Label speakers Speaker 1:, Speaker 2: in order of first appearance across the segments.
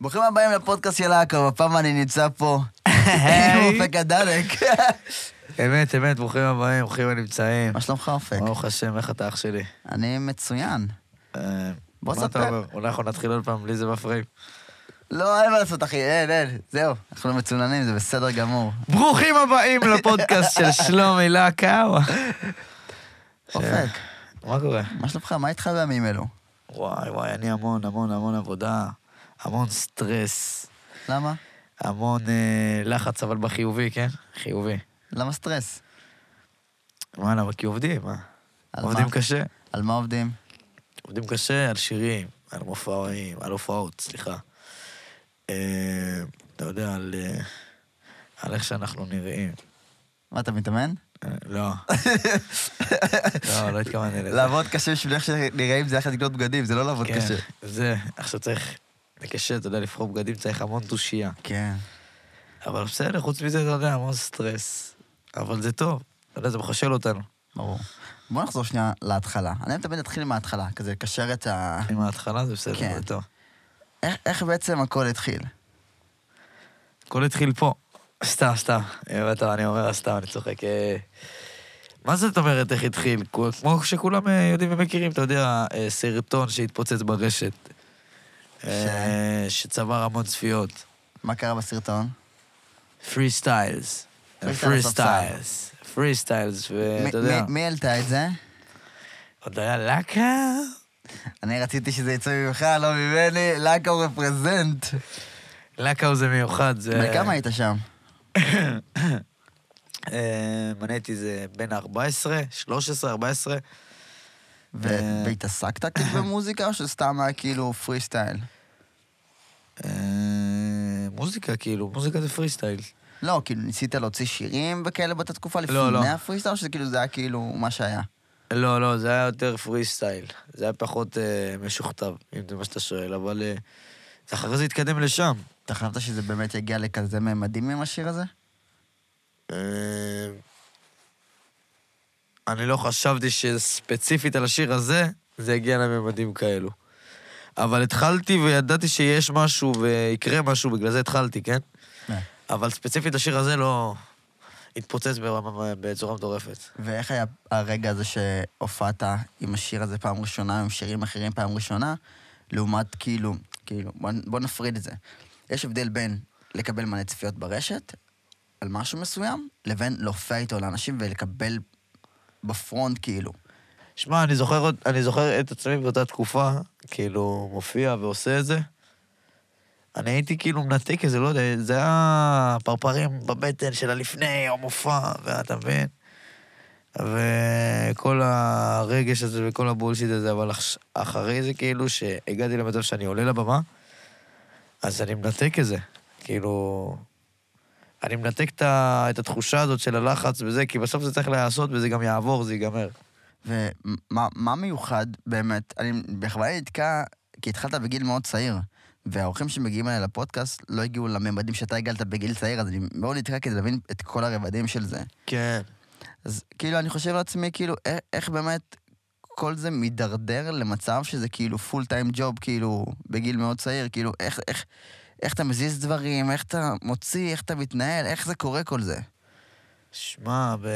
Speaker 1: ברוכים הבאים לפודקאסט של עכו, הפעם אני נמצא פה. עם אופק הדלק.
Speaker 2: אמת, אמת, ברוכים הבאים, ברוכים הנמצאים.
Speaker 1: מה שלומך, אופק?
Speaker 2: ברוך השם, איך אתה אח שלי?
Speaker 1: אני מצוין.
Speaker 2: אה,
Speaker 1: בוא
Speaker 2: מה אתה
Speaker 1: ספר.
Speaker 2: אומר? אולי אנחנו נתחיל עוד פעם, לי זה מפריעים.
Speaker 1: לא, אין מה לעשות, אחי, אין, אין. זהו, אנחנו מצוננים, זה בסדר גמור.
Speaker 2: ברוכים הבאים לפודקאסט של שלומי לקאו.
Speaker 1: אופק,
Speaker 2: מה קורה?
Speaker 1: מה שלומך? מה איתך בימים אלו?
Speaker 2: וואי, וואי, אני המון, המון, המון עבודה, המון סטרס,
Speaker 1: למה?
Speaker 2: המון אה, לחץ, אבל בחיובי, כן? חיובי.
Speaker 1: למה סטרס?
Speaker 2: וואלה, אבל כי עובדים, מה?
Speaker 1: על
Speaker 2: עובדים
Speaker 1: מה?
Speaker 2: קשה.
Speaker 1: על מה עובדים?
Speaker 2: עובדים קשה על שירים, על מופעים, על הופעות, סליחה. אה, אתה יודע, על, אה, על איך שאנחנו נראים.
Speaker 1: מה, אתה מתאמן?
Speaker 2: אה, לא. לא, לא התכוונתי לזה.
Speaker 1: לעבוד קשה בשביל איך שנראים זה יחד לקנות בגדים, זה לא לעבוד
Speaker 2: כן,
Speaker 1: קשה.
Speaker 2: זה, עכשיו צריך, זה קשה, אתה יודע, לבחור בגדים צריך המון תושייה.
Speaker 1: כן.
Speaker 2: אבל בסדר, חוץ מזה, אתה יודע, המון סטרס. אבל זה טוב, אתה יודע, זה מחשל אותנו.
Speaker 1: ברור. בוא נחזור שנייה להתחלה. אני תמיד אתחיל מההתחלה, כזה לקשר את ה...
Speaker 2: עם ההתחלה זה בסדר,
Speaker 1: כן.
Speaker 2: זה טוב.
Speaker 1: איך- איך בעצם הכל התחיל?
Speaker 2: הכל התחיל פה. סתם, סתם. אה, טוב, אני אומר סתם, אני צוחק. אה, מה זאת אומרת איך התחיל? כמו- כמו שכולם אה, יודעים ומכירים, אתה יודע, אה, סרטון שהתפוצץ ברשת.
Speaker 1: כן.
Speaker 2: אה, שצבר המון צפיות.
Speaker 1: מה קרה בסרטון?
Speaker 2: פרי סטיילס.
Speaker 1: Freestyle
Speaker 2: פרי
Speaker 1: ספסל.
Speaker 2: סטיילס. פרי סטיילס, ואתה
Speaker 1: מ-
Speaker 2: יודע,
Speaker 1: מ- מי העלתה את זה?
Speaker 2: עוד היה לקה.
Speaker 1: אני רציתי שזה יצא ממך, לא ממני, לקו רפרזנט.
Speaker 2: לקה הוא זה מיוחד. זה-
Speaker 1: בן כמה היית שם?
Speaker 2: אה, מניתי זה בין 14, 13, 14.
Speaker 1: ו-
Speaker 2: אה.
Speaker 1: והתעסקת כאילו במוזיקה, או שסתם היה כאילו פרי סטייל?
Speaker 2: אה, מוזיקה, כאילו, מוזיקה זה פרי סטייל.
Speaker 1: לא, כאילו ניסית להוציא שירים וכאלה באותה תקופה
Speaker 2: לא.
Speaker 1: לפני הפרי סטייל, או שזה כאילו זה היה כאילו מה שהיה?
Speaker 2: לא, לא, זה היה יותר פרי סטייל. זה היה פחות אה, משוכתב, אם זה מה שאתה שואל, אבל אה, זה אחרי זה התקדם לשם.
Speaker 1: אתה חשבת שזה באמת יגיע לכזה ממדים עם השיר הזה?
Speaker 2: אה, אני לא חשבתי שספציפית על השיר הזה, זה יגיע לממדים כאלו. אבל התחלתי וידעתי שיש משהו ויקרה משהו, בגלל זה התחלתי, כן?
Speaker 1: כן.
Speaker 2: אבל ספציפית השיר הזה לא... התפוצץ ברמה- בצורה מטורפת.
Speaker 1: ואיך היה הרגע הזה שהופעת עם השיר הזה פעם ראשונה, עם שירים אחרים פעם ראשונה, לעומת כאילו, כאילו, בוא, בוא נפריד את זה. יש הבדל בין לקבל מלא צפיות ברשת, על משהו מסוים, לבין להופיע איתו לאנשים ולקבל בפרונט כאילו.
Speaker 2: שמע, אני זוכר, עוד- אני זוכר את עצמי באותה תקופה, כאילו, מופיע ועושה את זה. אני הייתי כאילו מנתק איזה, לא יודע, זה היה פרפרים בבטן של הלפני, המופע, ואתה מבין? וכל הרגש הזה וכל הבולשיט הזה, אבל אח- אחרי זה כאילו שהגעתי למצב שאני עולה לבמה, אז אני מנתק את זה. כאילו, אני מנתק את ה- את התחושה הזאת של הלחץ וזה, כי בסוף זה צריך להיעשות וזה גם יעבור, זה ייגמר.
Speaker 1: ומה מה מיוחד באמת, אני בכוונה נתקע, כי התחלת בגיל מאוד צעיר, והאורחים שמגיעים אליי לפודקאסט לא הגיעו לממדים שאתה הגעת בגיל צעיר, אז אני מאוד נתקע כדי להבין את כל הרבדים של זה.
Speaker 2: כן.
Speaker 1: אז כאילו, אני חושב לעצמי, כאילו, איך, איך באמת כל זה מידרדר למצב שזה כאילו פול טיים ג'וב, כאילו, בגיל מאוד צעיר, כאילו, איך, איך, איך אתה מזיז דברים, איך אתה מוציא, איך אתה מתנהל, איך זה קורה כל זה.
Speaker 2: שמע, ב...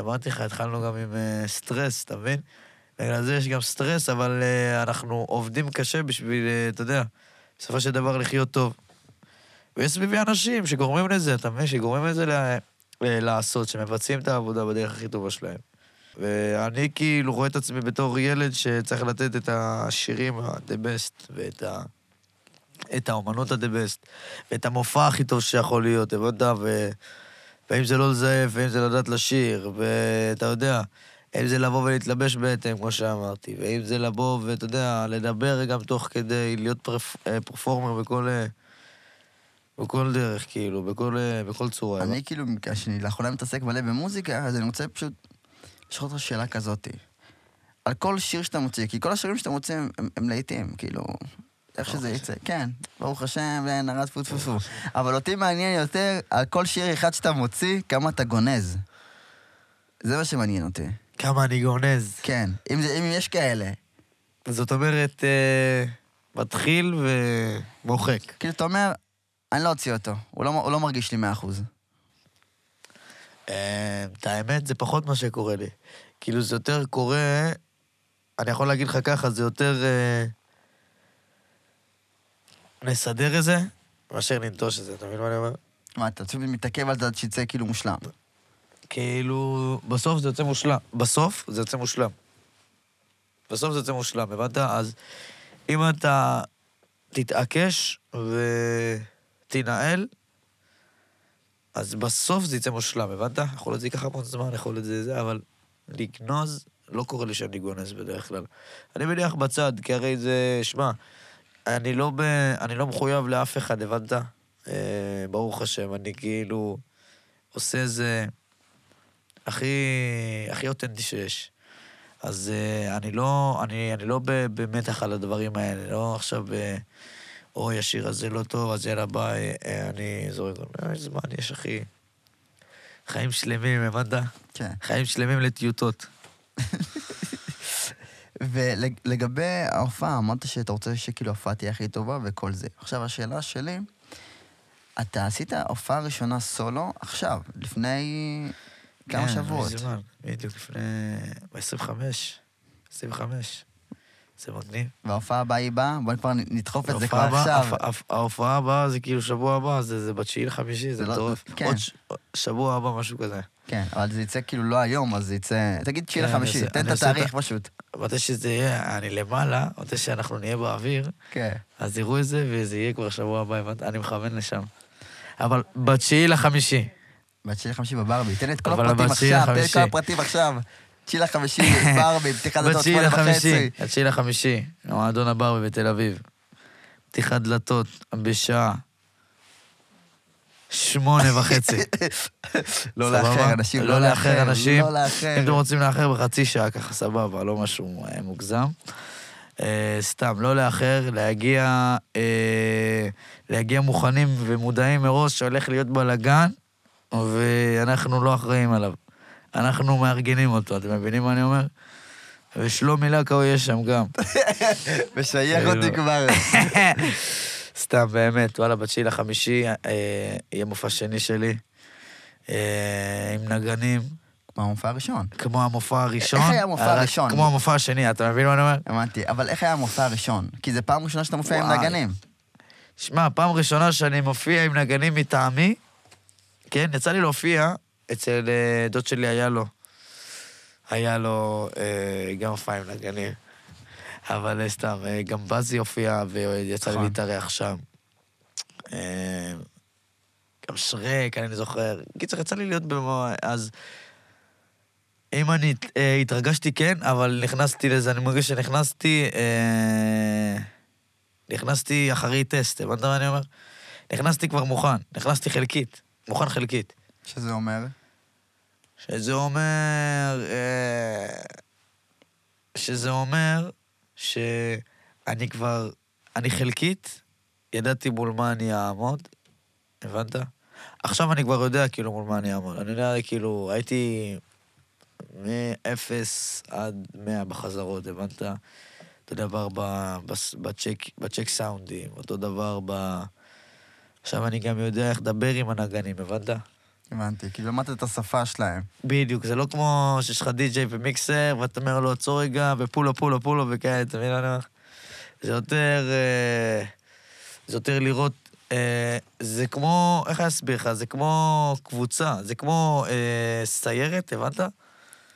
Speaker 2: אמרתי לך, התחלנו גם עם אה, סטרס, אתה מבין? בגלל זה יש גם סטרס, אבל אה, אנחנו עובדים קשה בשביל, אה, אתה יודע, בסופו של דבר לחיות טוב. ויש סביבי אנשים שגורמים לזה, אתה מבין? שגורמים לזה ל... אה, לעשות, שמבצעים את העבודה בדרך הכי טובה שלהם. ואני כאילו רואה את עצמי בתור ילד שצריך לתת את השירים ה-the best ואת ה... את האומנות ה-the best, ואת המופע הכי טוב שיכול להיות, הבנת? ו... ואם זה לא לזייף, ואם זה לדעת לשיר, ואתה יודע, אם זה לבוא ולהתלבש בהתאם, כמו שאמרתי, ואם זה לבוא ואתה יודע, לדבר גם תוך כדי, להיות פרפ... אה, פרפורמר בכל... אה, בכל דרך, כאילו, בכל, אה, בכל צורה.
Speaker 1: אני כאילו, בגלל שאני לאחרונה מתעסק מלא במוזיקה, אז אני רוצה פשוט לשאול אותך שאלה כזאתי. על כל שיר שאתה מוציא, כי כל השירים שאתה מוציא הם, הם, הם להיטים, כאילו, איך שזה יצא. כן, ברוך השם, ואין הרע טפו טפו טפו. אבל אותי מעניין יותר, על כל שיר אחד שאתה מוציא, כמה אתה גונז. זה מה שמעניין אותי.
Speaker 2: כמה אני גונז.
Speaker 1: כן, אם, זה, אם יש כאלה.
Speaker 2: זאת אומרת, אה, מתחיל ומוחק.
Speaker 1: כאילו, אתה אומר, אני לא אוציא אותו, הוא לא, הוא לא מרגיש לי 100%.
Speaker 2: אה, את האמת, זה פחות מה שקורה לי. כאילו, זה יותר קורה... אני יכול להגיד לך ככה, זה יותר... אה, נסדר את זה, מאשר ננטוש את זה, אתה מבין מה אני אומר?
Speaker 1: מה, אתה פשוט מתעכב על זה עד שיצא כאילו מושלם.
Speaker 2: כאילו, בסוף זה יוצא מושלם. בסוף זה יוצא מושלם. בסוף זה יוצא מושלם, הבנת? אז אם אתה תתעקש ותנהל, אז בסוף זה יצא מושלם, הבנת? יכול להיות זה ייקח המון זמן, יכול להיות זה זה, אבל לגנוז, לא קורה לי שאני גונז בדרך כלל. אני מניח בצד, כי הרי זה, שמע, אני לא, ב... אני לא מחויב לאף אחד, הבנת? אה, ברוך השם, אני כאילו עושה איזה... הכי, הכי אותנטי שיש. אז uh, אני לא, אני, אני לא ב- במתח על הדברים האלה, לא עכשיו, ב- אוי, השיר הזה לא טוב, אז יאללה, ביי, אה, אני זורק. אה, יש זמן, יש אחי. חיים שלמים, הבנת?
Speaker 1: כן.
Speaker 2: חיים שלמים לטיוטות.
Speaker 1: ולגבי ההופעה, אמרת שאתה רוצה שכאילו ההופעה תהיה הכי טובה וכל זה. עכשיו, השאלה שלי, אתה עשית הופעה ראשונה סולו עכשיו, לפני כמה
Speaker 2: כן,
Speaker 1: שבועות.
Speaker 2: לפני זמן, בדיוק לפני... ב-25. 25. זה מגניב.
Speaker 1: וההופעה הבאה היא באה, בוא כבר נדחוף את זה כבר
Speaker 2: ההופעה הבאה-
Speaker 1: עכשיו.
Speaker 2: ההופעה- ההופעה הבאה זה כאילו שבוע הבא, זה זה בתשיעי לחמישי, זה
Speaker 1: זה לא-
Speaker 2: מטורף.
Speaker 1: כן.
Speaker 2: עוד ש- שבוע הבא, משהו כזה.
Speaker 1: כן, אבל זה יצא כאילו לא היום, אז זה יצא... תגיד תשיעי
Speaker 2: כן,
Speaker 1: לחמישי,
Speaker 2: אני עושה-
Speaker 1: תן
Speaker 2: אני
Speaker 1: את
Speaker 2: עושה את
Speaker 1: התאריך פשוט.
Speaker 2: מתי שזה יהיה, אני למעלה, מתי שאנחנו נהיה באוויר,
Speaker 1: כן.
Speaker 2: אז יראו את זה וזה יהיה כבר שבוע הבא, הבנת? אני מכוון לשם. אבל בתשיעי לחמישי.
Speaker 1: בתשיעי לחמישי בברבי, תן לי את כל
Speaker 2: אבל
Speaker 1: הפרטים
Speaker 2: בתשיעי
Speaker 1: עכשיו, תן לי את כל
Speaker 2: לחמישי.
Speaker 1: הפרטים עכשיו. תשיעי לחמישי, ברבי, פתיחת הדוד
Speaker 2: בתשיעי
Speaker 1: שמונה
Speaker 2: לחמישי,
Speaker 1: וחצי.
Speaker 2: התשיעי לחמישי, המועדון הברבי בתל אביב. פתיחת דלתות בשעה שמונה וחצי.
Speaker 1: לא
Speaker 2: סבבה?
Speaker 1: לאחר אנשים,
Speaker 2: לא לאחר אנשים.
Speaker 1: לא לאחר.
Speaker 2: אם אתם רוצים לאחר בחצי שעה, ככה סבבה, לא משהו אה, מוגזם. אה, סתם, לא לאחר, להגיע, אה, להגיע מוכנים ומודעים מראש שהולך להיות בלאגן, ואנחנו לא אחראים עליו. אנחנו מארגנים אותו, אתם מבינים מה אני אומר? ושלומי לקאו יהיה שם גם.
Speaker 1: משייך אותי
Speaker 2: לא.
Speaker 1: כבר.
Speaker 2: סתם, באמת, וואלה, בתשיעי לחמישי אה, יהיה מופע שני שלי, אה, עם נגנים.
Speaker 1: כמו המופע הראשון.
Speaker 2: כמו המופע הראשון.
Speaker 1: איך היה המופע
Speaker 2: רק
Speaker 1: הראשון?
Speaker 2: כמו המופע השני, אתה מבין מה אני אומר?
Speaker 1: הבנתי, אבל איך היה המופע הראשון? כי זה פעם ראשונה שאתה מופיע עם
Speaker 2: וואי.
Speaker 1: נגנים.
Speaker 2: שמע, פעם ראשונה שאני מופיע עם נגנים מטעמי, כן, יצא לי להופיע אצל אה, דוד שלי, היה לו. היה לו אה, גם הופעה עם נגנים. אבל אה, סתם, אה, גם בזי הופיע ויצא לי
Speaker 1: נכון.
Speaker 2: להתארח שם. אה, גם שרק, אני זוכר. קיצר, יצא לי להיות במה... אז... אם אני אה, התרגשתי, כן, אבל נכנסתי לזה, אני מרגיש שנכנסתי... אה, נכנסתי אחרי טסט, הבנת מה אני אומר? נכנסתי כבר מוכן, נכנסתי חלקית, מוכן חלקית.
Speaker 1: שזה אומר?
Speaker 2: שזה אומר... אה, שזה אומר שאני כבר... אני חלקית, ידעתי מול מה אני אעמוד, הבנת? עכשיו אני כבר יודע כאילו מול מה אני אעמוד. אני יודע, כאילו, הייתי מ-0 עד 100 בחזרות, הבנת? אותו דבר ב- בס- בצ'ק, בצ'ק סאונדים, אותו דבר ב... עכשיו אני גם יודע איך לדבר עם הנגנים, הבנת?
Speaker 1: הבנתי, כאילו למדת את השפה שלהם.
Speaker 2: בדיוק, זה לא כמו שיש לך די-ג'יי ומיקסר, ואתה אומר לו, עצור רגע, ופולו, פולו, פולו, וכאלה, אתה מבין מה אני אומר? זה יותר... אה, זה יותר לראות... אה, זה כמו... איך אני אסביר לך? זה כמו קבוצה, זה כמו אה, סיירת, הבנת?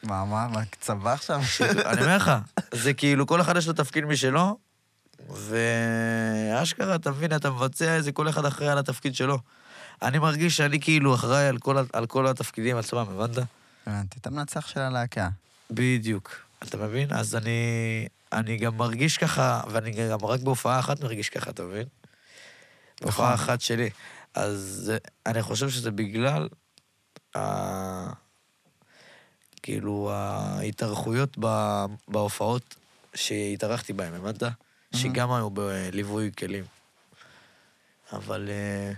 Speaker 1: מה, מה, מה, צבא עכשיו?
Speaker 2: אני אומר לך, זה כאילו, כל אחד יש לו תפקיד משלו, ואשכרה, אתה מבין, אתה מבצע איזה כל אחד אחראי על התפקיד שלו. אני מרגיש שאני כאילו אחראי על כל, ה- על כל התפקידים עצמם, הבנת?
Speaker 1: הבנתי, אתה מנצח של הלהקה.
Speaker 2: בדיוק. אתה מבין? אז אני, אני גם מרגיש ככה, ואני גם רק בהופעה אחת מרגיש ככה, אתה מבין? בהופעה אחת שלי. אז זה- אני חושב שזה בגלל ה... כאילו ההתארכויות ב- בהופעות שהתארחתי בהן, הבנת? שגם היו בליווי כלים. אבל אה,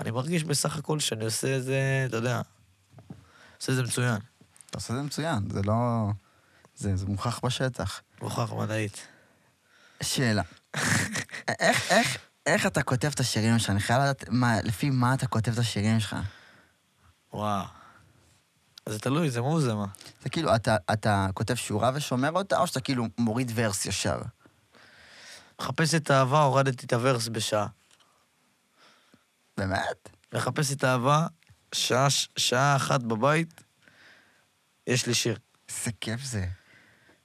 Speaker 2: אני מרגיש בסך הכל שאני עושה את זה, אתה יודע, עושה את זה מצוין,
Speaker 1: אתה עושה את זה מצוין, זה לא... זה זה מוכח בשטח.
Speaker 2: מוכח מדעית.
Speaker 1: שאלה, איך, איך, איך אתה כותב את השירים שלך? אני חייב לדעת מה, לפי מה אתה כותב את השירים שלך.
Speaker 2: וואו. זה תלוי, זה מוז, זה מה.
Speaker 1: זה כאילו, אתה, אתה כותב שורה ושומר אותה, או שאתה כאילו מוריד ורס ישר?
Speaker 2: מחפש את האהבה, הורדתי את הוורס בשעה.
Speaker 1: באמת?
Speaker 2: מחפש את האהבה, שעה, שעה אחת בבית, יש לי שיר.
Speaker 1: איזה כיף זה.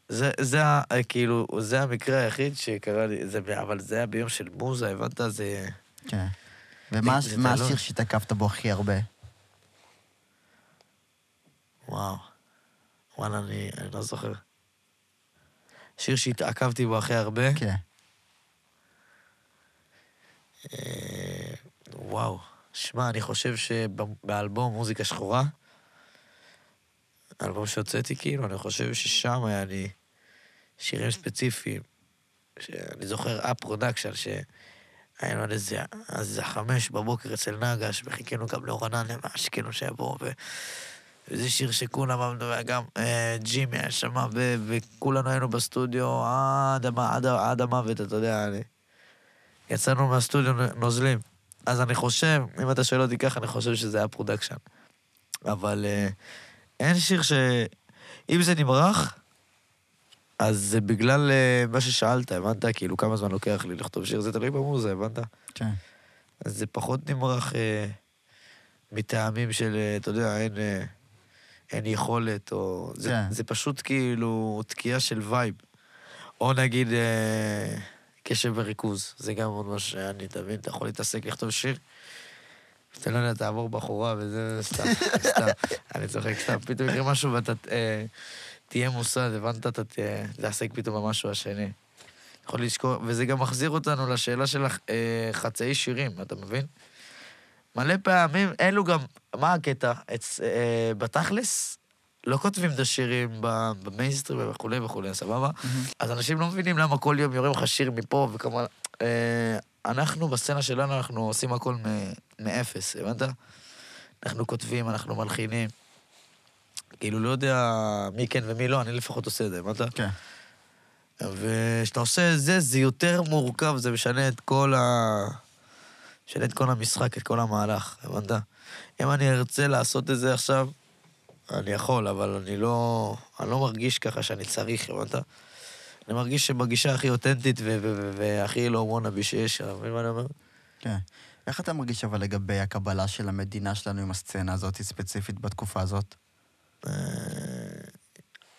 Speaker 2: זה, זה ה- כאילו, זה המקרה היחיד שקרה לי, זה, אבל זה היה ביום של מוזה, הבנת? זה...
Speaker 1: כן. ומה
Speaker 2: זה
Speaker 1: מה
Speaker 2: תעלול.
Speaker 1: השיר שהתעכבת בו הכי הרבה?
Speaker 2: וואו. וואלה, אני, אני לא זוכר. שיר שהתעכבתי בו הכי הרבה.
Speaker 1: כן.
Speaker 2: אה, וואו. שמע, אני חושב שבאלבום מוזיקה שחורה, אלבום שהוצאתי, כאילו, אני חושב ששם היה לי שירים ספציפיים. שאני זוכר א-פרודקשן, שהיינו על איזה, אז זה חמש בבוקר אצל נגש, וחיכינו גם לאורנן מאשקלון שיבואו, ו... וזה שיר שכולם עמדו, וגם אה, ג'ימי היה שם, ו- וכולנו היינו בסטודיו עד, המ- עד, ה- עד המוות, אתה יודע, אני... יצאנו מהסטודיו נ- נוזלים. אז אני חושב, אם אתה שואל אותי ככה, אני חושב שזה היה פרודקשן. אבל אה, אין שיר ש... אם זה נמרח, אז זה בגלל אה, מה ששאלת, הבנת? כאילו, כמה זמן לוקח לי לכתוב שיר, זה תלוי במוזה, הבנת?
Speaker 1: כן.
Speaker 2: אז זה פחות נמרח אה, מטעמים של, אה, אתה יודע, אין, אה, אין יכולת, או... זה,
Speaker 1: כן.
Speaker 2: זה פשוט כאילו תקיעה של וייב. או נגיד אה, קשב וריכוז, זה גם עוד משהו שאני, אתה מבין, אתה יכול להתעסק, לכתוב שיר, אתה לא יודע, תעבור בחורה וזה, סתם, סתם, אני צוחק, סתם, פתאום יקרה משהו ואתה אה, תהיה מוסד, הבנת, אתה תה- תעסק פתאום במשהו השני. יכול לשכוח, וזה גם מחזיר אותנו לשאלה של הח- אה, חצאי שירים, אתה מבין? מלא פעמים, אלו גם, מה הקטע? אצ, אה, בתכלס, לא כותבים את השירים ב- במיינסטרים וכולי וכולי, סבבה? אז אנשים לא מבינים למה כל יום יורים לך שיר מפה וכמה... אה, אנחנו בסצנה שלנו, אנחנו עושים הכל מ- מאפס, הבנת? אנחנו כותבים, אנחנו מלחינים. כאילו, לא יודע מי כן ומי לא, אני לפחות עושה את זה, הבנת?
Speaker 1: כן.
Speaker 2: וכשאתה עושה את זה, זה יותר מורכב, זה משנה את כל ה... משנה את כל המשחק, את כל המהלך, הבנת? אם אני ארצה לעשות את זה עכשיו, אני יכול, אבל אני לא... אני לא מרגיש ככה שאני צריך, הבנת? אני מרגיש שבגישה הכי אותנטית ו- ו- ו- והכי לא וונאבי שיש, אתה מבין מה אני אומר?
Speaker 1: כן. איך אתה מרגיש אבל לגבי הקבלה של המדינה שלנו עם הסצנה הזאת ספציפית בתקופה הזאת?
Speaker 2: אה,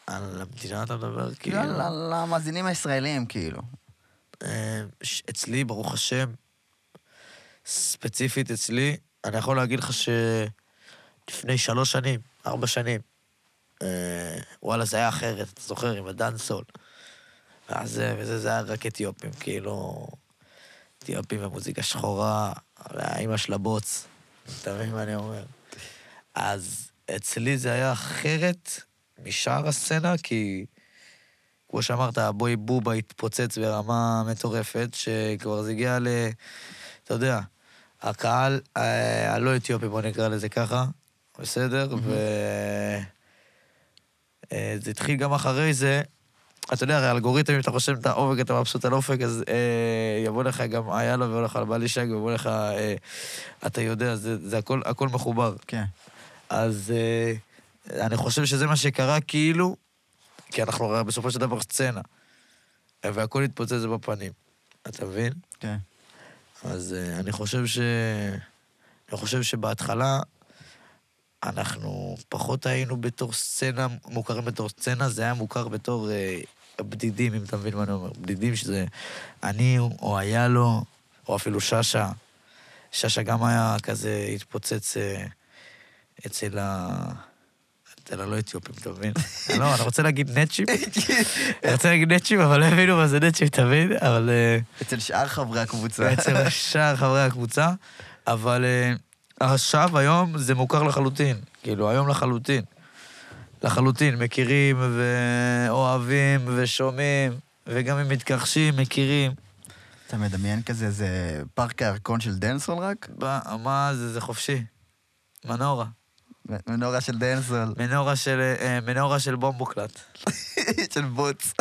Speaker 2: על המדינה אתה מדבר?
Speaker 1: כאילו,
Speaker 2: כאילו...
Speaker 1: ל- למאזינים הישראלים, כאילו.
Speaker 2: אה, ש- אצלי, ברוך השם, ספציפית אצלי, אני יכול להגיד לך שלפני שלוש שנים, ארבע שנים, אה, וואלה, זה היה אחרת, אתה זוכר, עם הדאנסול. ואז זה, וזה, זה היה רק אתיופים, כאילו, אתיופים ומוזיקה שחורה, האימא של הבוץ, אתה מבין מה אני אומר? אז אצלי זה היה אחרת משאר הסצנה, כי... כמו שאמרת, הבוי בובה התפוצץ ברמה מטורפת, שכבר זה הגיע ל... אתה יודע, הקהל אה, הלא אתיופי, בוא נקרא לזה ככה, בסדר? ו... אה, זה התחיל גם אחרי זה. אתה יודע, הרי אלגוריתם, אם אתה חושב את האופק, אתה מבסוט על אופק, אז אה, יבוא לך גם היה לו, ויבוא לך על בעלי שג, ויבוא לך... אה, אתה יודע, זה, זה הכל, הכל מחובר.
Speaker 1: כן.
Speaker 2: אז אה, אני חושב שזה מה שקרה כאילו, כי אנחנו הרי בסופו של דבר סצנה. והכל התפוצץ בפנים. אתה מבין?
Speaker 1: כן.
Speaker 2: אז אה, אני חושב ש... אני חושב שבהתחלה אנחנו פחות היינו בתור סצנה, מוכרים בתור סצנה, זה היה מוכר בתור אה, בדידים, אם אתה מבין מה אני אומר. בדידים שזה אני או היה לו, או אפילו שאשא. שאשא גם היה כזה התפוצץ אה, אצל ה... אצל הלא אתיופים, אתה מבין? לא, אני רוצה להגיד נצ'ים. אני רוצה להגיד נצ'ים, אבל לא הבינו מה זה נצ'ים, אתה מבין? אבל... אה,
Speaker 1: אצל שאר חברי הקבוצה.
Speaker 2: בעצם שאר חברי הקבוצה, אבל אה, עכשיו, היום, זה מוכר לחלוטין. כאילו, היום לחלוטין. לחלוטין, מכירים ואוהבים ושומעים, וגם אם מתכחשים, מכירים.
Speaker 1: אתה מדמיין כזה איזה פארק הירקון של דנסול רק?
Speaker 2: ב- מה זה, זה חופשי. מנורה.
Speaker 1: מנורה של דנסול.
Speaker 2: מנורה של, אה, מנורה של בומבוקלט.
Speaker 1: של בוץ.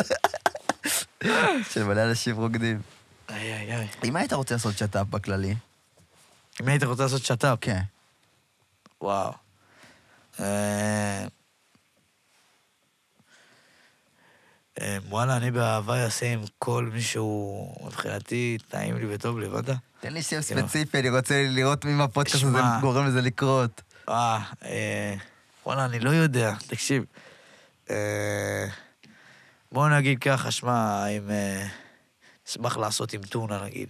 Speaker 1: של מלא אנשים רוקדים.
Speaker 2: איי, איי, איי.
Speaker 1: עם מה היית רוצה לעשות שת"פ בכללי?
Speaker 2: אם היית רוצה לעשות שת"פ?
Speaker 1: כן.
Speaker 2: וואו. אה, אה, וואלה, אני באהבה אעשה עם כל מישהו, מבחינתי, טעים לי וטוב לי, הבנת?
Speaker 1: תן לי שם
Speaker 2: כאילו.
Speaker 1: ספציפי, אני רוצה לראות מי מהפודקאסט הזה
Speaker 2: שמע.
Speaker 1: גורם לזה לקרות.
Speaker 2: אה, אה, וואלה, אני לא יודע, תקשיב. אה, בוא נגיד ככה, שמע, אם... אה, אשמח לעשות עם טונה, נגיד.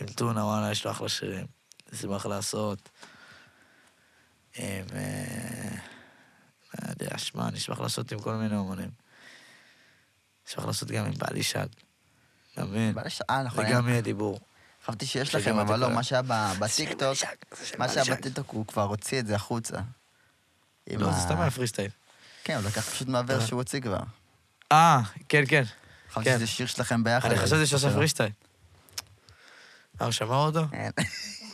Speaker 2: עם טונה, וואלה, יש לו אחלה שירים. אשמח לעשות. עם... אה, לא יודע, שמע, אני אשמח לעשות עם כל מיני אומנים. אשמח לעשות גם עם בעלי שד. אתה מבין?
Speaker 1: בעלי שד- אה, נכון,
Speaker 2: זה גם יהיה דיבור.
Speaker 1: חשבתי שיש
Speaker 2: שגם
Speaker 1: לכם,
Speaker 2: אתה
Speaker 1: אבל לא,
Speaker 2: קורא.
Speaker 1: מה שהיה ב-
Speaker 2: בעלי
Speaker 1: בטיקטוק,
Speaker 2: שד, זה של
Speaker 1: מה
Speaker 2: בעלי
Speaker 1: שהיה
Speaker 2: שד.
Speaker 1: בטיקטוק, הוא כבר הוציא את זה החוצה. עם
Speaker 2: לא,
Speaker 1: ה-
Speaker 2: זה סתם היה פרי סטייל.
Speaker 1: כן, הוא לקח פשוט מעבר
Speaker 2: אה.
Speaker 1: שהוא הוציא כבר.
Speaker 2: אה, כן, כן.
Speaker 1: חשבתי שזה שיר שלכם ביחד.
Speaker 2: אני
Speaker 1: אבל-
Speaker 2: חשבתי שעושה פריסטייל. אה, הוא שמע אותו?
Speaker 1: אין.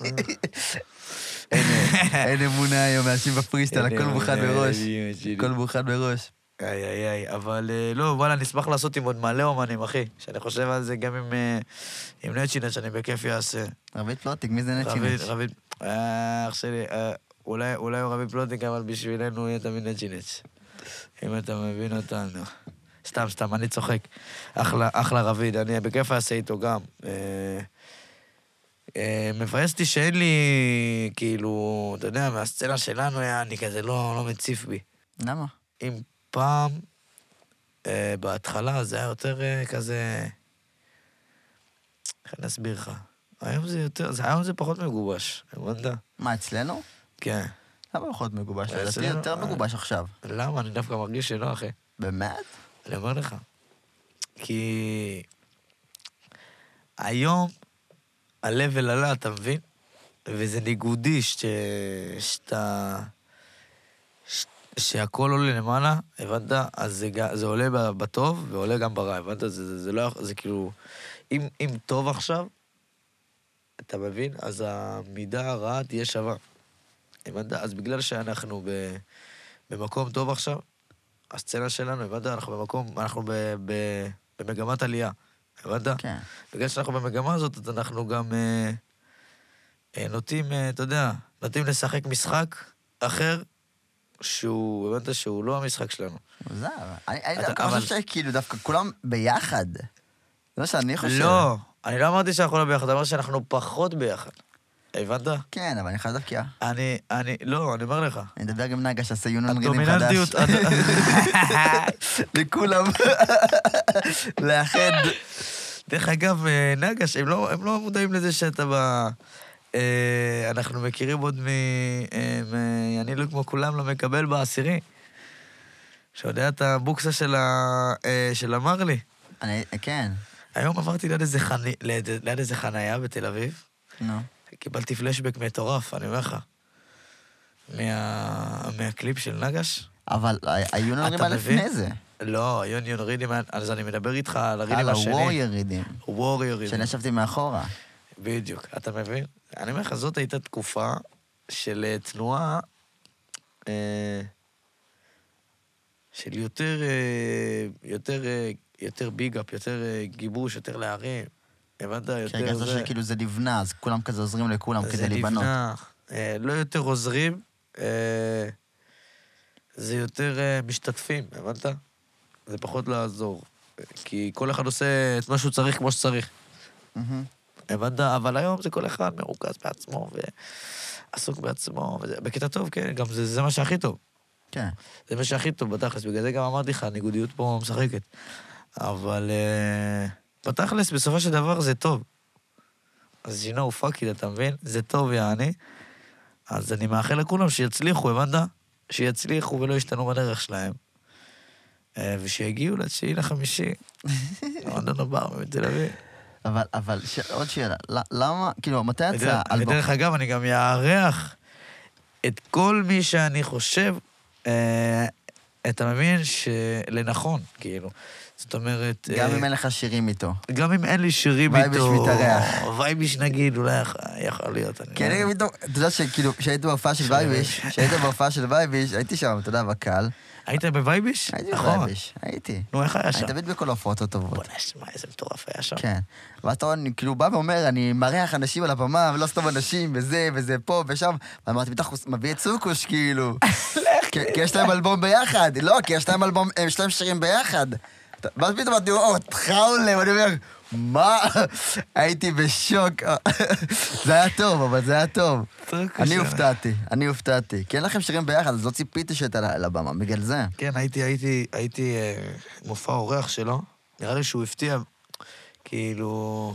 Speaker 1: אין- אין אמונה היום, אנשים בפריסטל,
Speaker 2: אין
Speaker 1: הכל
Speaker 2: אמונה,
Speaker 1: מוכן מראש.
Speaker 2: אלוהים שלי.
Speaker 1: הכל מוכן מראש.
Speaker 2: איי, איי, איי, אבל אה, לא, וואלה, אני אשמח לעשות עם עוד מלא אומנים, אחי. שאני חושב על זה גם עם, אה, עם נצ'ינה, שאני בכיף אעשה.
Speaker 1: רביד פלוטיק, מי זה
Speaker 2: רביד,
Speaker 1: נצ'ינץ'?
Speaker 2: רביד, אה, אח שלי, אה, אולי אולי הוא רביד פלוטיק, אבל בשבילנו הוא יהיה תמיד נצ'ינץ'. אם אתה מבין אותנו. סתם, סתם, אני צוחק. אחלה, אחלה רביד, אני בכיף אעשה איתו גם. אה, אה, מבאס אותי שאין לי, כאילו, אתה יודע, מהסצנה שלנו, אה, אני כזה לא לא מציף בי.
Speaker 1: למה?
Speaker 2: אם פעם, אה, בהתחלה זה היה יותר אה, כזה... איך אני אסביר לך? היום זה יותר, זה- היום זה פחות מגובש, הבנת?
Speaker 1: מה, אצלנו?
Speaker 2: כן.
Speaker 1: למה יכול להיות מגובש? לדעתי
Speaker 2: אצלנו,
Speaker 1: יותר
Speaker 2: אה.
Speaker 1: מגובש עכשיו.
Speaker 2: למה? אני דווקא מרגיש שלא, אחי.
Speaker 1: באמת?
Speaker 2: אני אומר לך. כי היום ה-level עלה, אתה מבין? וזה ניגודי ש... שאתה... ש... שהכל עולה למעלה, הבנת? אז זה, ג- זה עולה ב- בטוב ועולה גם ברע, הבנת? זה, זה, זה לא... יכול- זה כאילו... אם, אם טוב עכשיו, אתה מבין? אז המידה הרעה תהיה שווה. הבנת? אז בגלל שאנחנו ב... במקום טוב עכשיו, הסצנה שלנו, הבנת? אנחנו במקום, אנחנו ב, ב, במגמת עלייה, הבנת?
Speaker 1: כן.
Speaker 2: בגלל שאנחנו במגמה הזאת, אז אנחנו גם אה, אה, נוטים, אה, אתה יודע, נוטים לשחק משחק אחר, שהוא, הבנת? שהוא לא המשחק שלנו.
Speaker 1: מוזר. אני אני
Speaker 2: אתה-
Speaker 1: דווקא
Speaker 2: אבל-
Speaker 1: חושב שכאילו כאילו, דווקא כולם ביחד. זה מה שאני חושב.
Speaker 2: לא, אני לא אמרתי שאנחנו לא ביחד, אמרתי שאנחנו פחות ביחד. הבנת?
Speaker 1: כן, אבל אני חייב דווקא...
Speaker 2: אני, אני, לא, אני אומר לך.
Speaker 1: אני אדבר גם עם נגה שיעשה יונון רידים
Speaker 2: הדומיננטיות,
Speaker 1: חדש. לכולם. לאחד.
Speaker 2: דרך אגב, אה, נגש, הם לא, הם לא מודעים לזה שאתה ב... אה, אנחנו מכירים עוד מ... אה, מ- אני לא כמו כולם לא מקבל בעשירי. שיודע את הבוקסה של, ה... אה, של המרלי.
Speaker 1: אני- כן,
Speaker 2: היום עברתי ליד איזה, חני... ליד, ליד איזה חנייה בתל אביב,
Speaker 1: נו.
Speaker 2: קיבלתי פלשבק מטורף, אני אומר לך. מה... מהקליפ של נגש.
Speaker 1: אבל ה- היונון רידים
Speaker 2: אתה
Speaker 1: היה
Speaker 2: מבין?
Speaker 1: לפני זה.
Speaker 2: לא, יוני יוני רידים, אז אני מדבר איתך על הרידים
Speaker 1: על
Speaker 2: השני.
Speaker 1: הוורייר רידים.
Speaker 2: ווריורים.
Speaker 1: שאני ישבתי מאחורה.
Speaker 2: בדיוק, אתה מבין? אני אומר לך, זאת הייתה תקופה של אה, תנועה, אה, של יותר, אה, יותר, אה, יותר ביג-אפ, יותר אה, גיבוש, יותר להרים. הבנת?
Speaker 1: כי
Speaker 2: יותר
Speaker 1: הרגשת
Speaker 2: זה.
Speaker 1: שכאילו זה נבנה, אז כולם כזה עוזרים לכולם
Speaker 2: זה
Speaker 1: כאילו כדי להיבנות.
Speaker 2: נבנה, אה, לא יותר עוזרים, אה, זה יותר אה, משתתפים, הבנת? זה פחות לעזור. אה, כי כל אחד עושה את מה שהוא צריך כמו שצריך.
Speaker 1: מהמם.
Speaker 2: הבנת? אבל היום זה כל אחד מרוכז בעצמו ועסוק בעצמו, וזה בקטע טוב, כן, גם זה, זה מה שהכי טוב.
Speaker 1: כן.
Speaker 2: זה מה שהכי טוב בתכלס, בגלל זה גם אמרתי לך, הניגודיות פה משחקת. אבל אה, בתכלס, בסופו של דבר זה טוב. אז you know fuck it, אתה מבין? זה טוב, יעני. אז אני מאחל לכולם שיצליחו, הבנת? שיצליחו ולא ישתנו בדרך שלהם. אה, ושיגיעו לתשיעי לחמישי, למדון הבר מתל אביב.
Speaker 1: אבל, אבל, ש... עוד שאלה, ל- למה, כאילו, מתי יצא
Speaker 2: ודרך-
Speaker 1: האלבום?
Speaker 2: ודרך אגב, אני גם יארח את כל מי שאני חושב, אה, אתה מבין, שלנכון, כאילו. זאת אומרת...
Speaker 1: גם
Speaker 2: אה,
Speaker 1: אם אין לך שירים איתו.
Speaker 2: גם אם אין לי שירים
Speaker 1: וייביש
Speaker 2: איתו...
Speaker 1: מתארח.
Speaker 2: וייביש נגיד, אולי יכול- יכול להיות. אני
Speaker 1: כי
Speaker 2: לא-
Speaker 1: כן, אני גם איתו, אתה יודע שכאילו, כשהייתי בהופעה של וייביש, כשהייתי בהופעה של וייביש, הייתי שם, אתה יודע, בקהל.
Speaker 2: היית בווייביש?
Speaker 1: הייתי
Speaker 2: נכון.
Speaker 1: בווייביש, הייתי.
Speaker 2: נו, איך היה שם?
Speaker 1: אני תמיד בכל ההופעות הטובות.
Speaker 2: בוא'נה, שמע, איזה מטורף היה שם.
Speaker 1: כן. ואז אתה רואה, אני כאילו בא ואומר, אני מארח אנשים על הבמה, ולא סתם אנשים, וזה, וזה פה ושם. ואמרתי, בטח הוא מביא את סוכוש, כאילו. כי כי יש להם אלבום ביחד. לא, כי יש להם אלבום, אה, יש להם שירים ביחד. אתה- ואז פתאום אמרתי, או, אותך עולה, ואני אומר, מה? הייתי בשוק. זה היה טוב, אבל זה היה טוב.
Speaker 2: סוכוש,
Speaker 1: אני
Speaker 2: יאללה.
Speaker 1: הופתעתי, אני הופתעתי. כי אין לכם שירים ביחד, אז לא ציפיתי שאתה על הבמה, בגלל זה.
Speaker 2: כן, הייתי, הייתי, הייתי אה, מופע אורח שלו. נראה לי שהוא הפתיע, כאילו...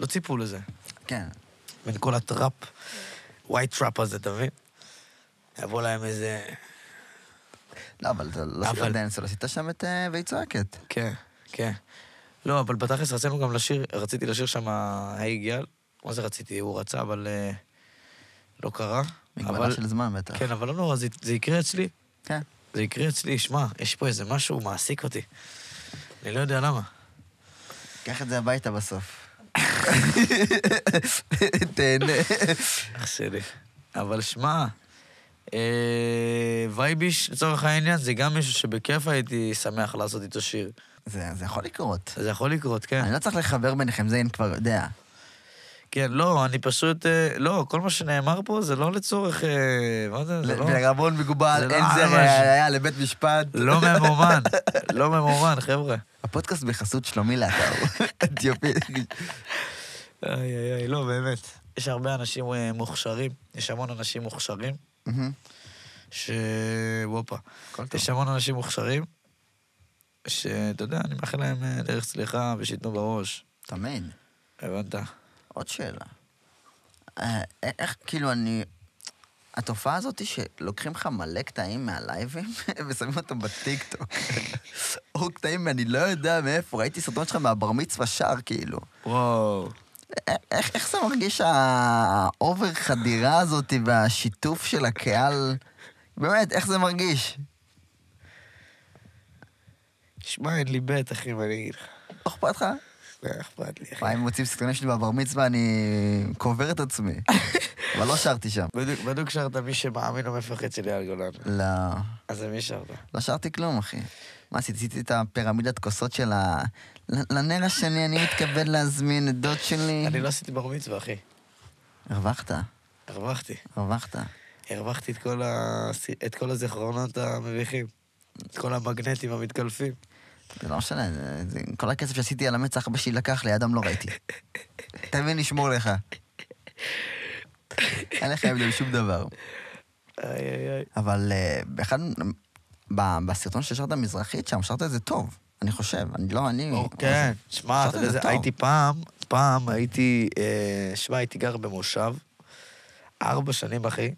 Speaker 2: לא ציפו לזה.
Speaker 1: כן.
Speaker 2: בין כל הטראפ, וואי טראפ הזה, אתה מבין? יבוא להם איזה...
Speaker 1: לא, אבל אתה לא
Speaker 2: אבל-
Speaker 1: עדיין לא עשית שם את אה, והיא צועקת.
Speaker 2: כן, כן. לא, אבל בתכלס רצינו גם לשיר, רציתי לשיר שם היי גיאל. מה זה רציתי? הוא רצה, אבל אה, לא קרה.
Speaker 1: מגבלה
Speaker 2: אבל-
Speaker 1: של זמן בטח.
Speaker 2: כן, אבל לא נורא, זה, זה יקרה אצלי.
Speaker 1: כן.
Speaker 2: זה יקרה אצלי, שמע, יש פה איזה משהו, מעסיק אותי. אני לא יודע למה.
Speaker 1: קח את זה הביתה בסוף. תהנה.
Speaker 2: אח שלי. אבל שמע, אה, וייביש, לצורך העניין, זה גם מישהו שבכיף הייתי שמח לעשות איתו שיר.
Speaker 1: זה זה יכול לקרות.
Speaker 2: זה יכול לקרות, כן.
Speaker 1: אני לא צריך לחבר ביניכם, זה אני כבר יודע.
Speaker 2: כן, לא, אני פשוט... אה, לא, כל מה שנאמר פה זה לא לצורך... אה, מה זה? זה לא...
Speaker 1: בערבון
Speaker 2: זה
Speaker 1: מגובל,
Speaker 2: לא
Speaker 1: אין
Speaker 2: על
Speaker 1: זה
Speaker 2: משהו.
Speaker 1: ראיה לבית משפט.
Speaker 2: לא ממומן, לא ממומן, חבר'ה.
Speaker 1: הפודקאסט בחסות שלומי לאתר. אתיופי.
Speaker 2: איי, איי, איי, לא, באמת. יש הרבה אנשים אה, מוכשרים, יש המון אנשים מוכשרים,
Speaker 1: מהמם.
Speaker 2: ש... וופה.
Speaker 1: הכל טוב.
Speaker 2: יש המון אנשים מוכשרים, שאתה יודע, אני מאחל להם אה, דרך צליחה ושייתנו בראש.
Speaker 1: תמיד.
Speaker 2: הבנת?
Speaker 1: עוד שאלה. אה, איך, כאילו, אני... התופעה הזאת היא שלוקחים לך מלא קטעים מהלייבים ושמים אותם בטיקטוק. או קטעים, אני לא יודע מאיפה, ראיתי סרטון שלך מהבר מצווה שר, כאילו.
Speaker 2: וואו.
Speaker 1: א- איך, איך זה מרגיש האובר חדירה הזאת והשיתוף של הקהל? באמת, איך זה מרגיש?
Speaker 2: שמע, אין לי בית, אחי, מה אני אגיד לך?
Speaker 1: לא אכפת לך?
Speaker 2: לא אכפת לי, אחי.
Speaker 1: וואי, אם מוצאים סרטונים שלי בבר מצווה, אני קובר את עצמי. אבל לא שרתי שם.
Speaker 2: בדיוק- בדיוק שרת מי שמאמין או מפחד של אייל גולן.
Speaker 1: לא.
Speaker 2: אז זה מי שרת?
Speaker 1: לא שרתי כלום, אחי. מה, עשיתי עשיתי את הפירמידת כוסות של ה... ל- לנר השני, אני מתכבד להזמין את דוד שלי.
Speaker 2: אני לא עשיתי בר מצווה, אחי.
Speaker 1: הרווחת,
Speaker 2: הרווחתי.
Speaker 1: הרווחת.
Speaker 2: הרווחתי את כל, ה... את כל הזיכרונות המביכים. את כל המגנטים המתקלפים.
Speaker 1: זה לא משנה, זה- זה- כל הכסף שעשיתי על המצח, אבא שלי לקח לי, אדם לא ראיתי. תמיד נשמור לך. אין לך הבדל שום דבר.
Speaker 2: איי, איי, איי.
Speaker 1: אבל אה, באחד... ב- בסרטון ששרת מזרחית שם, שרת את זה טוב, אני חושב. אני לא, אני...
Speaker 2: או, כן, שמע, אתה יודע, זה-
Speaker 1: טוב.
Speaker 2: הייתי פעם, פעם הייתי, אה, שמע, הייתי גר במושב, ארבע שנים, אחי,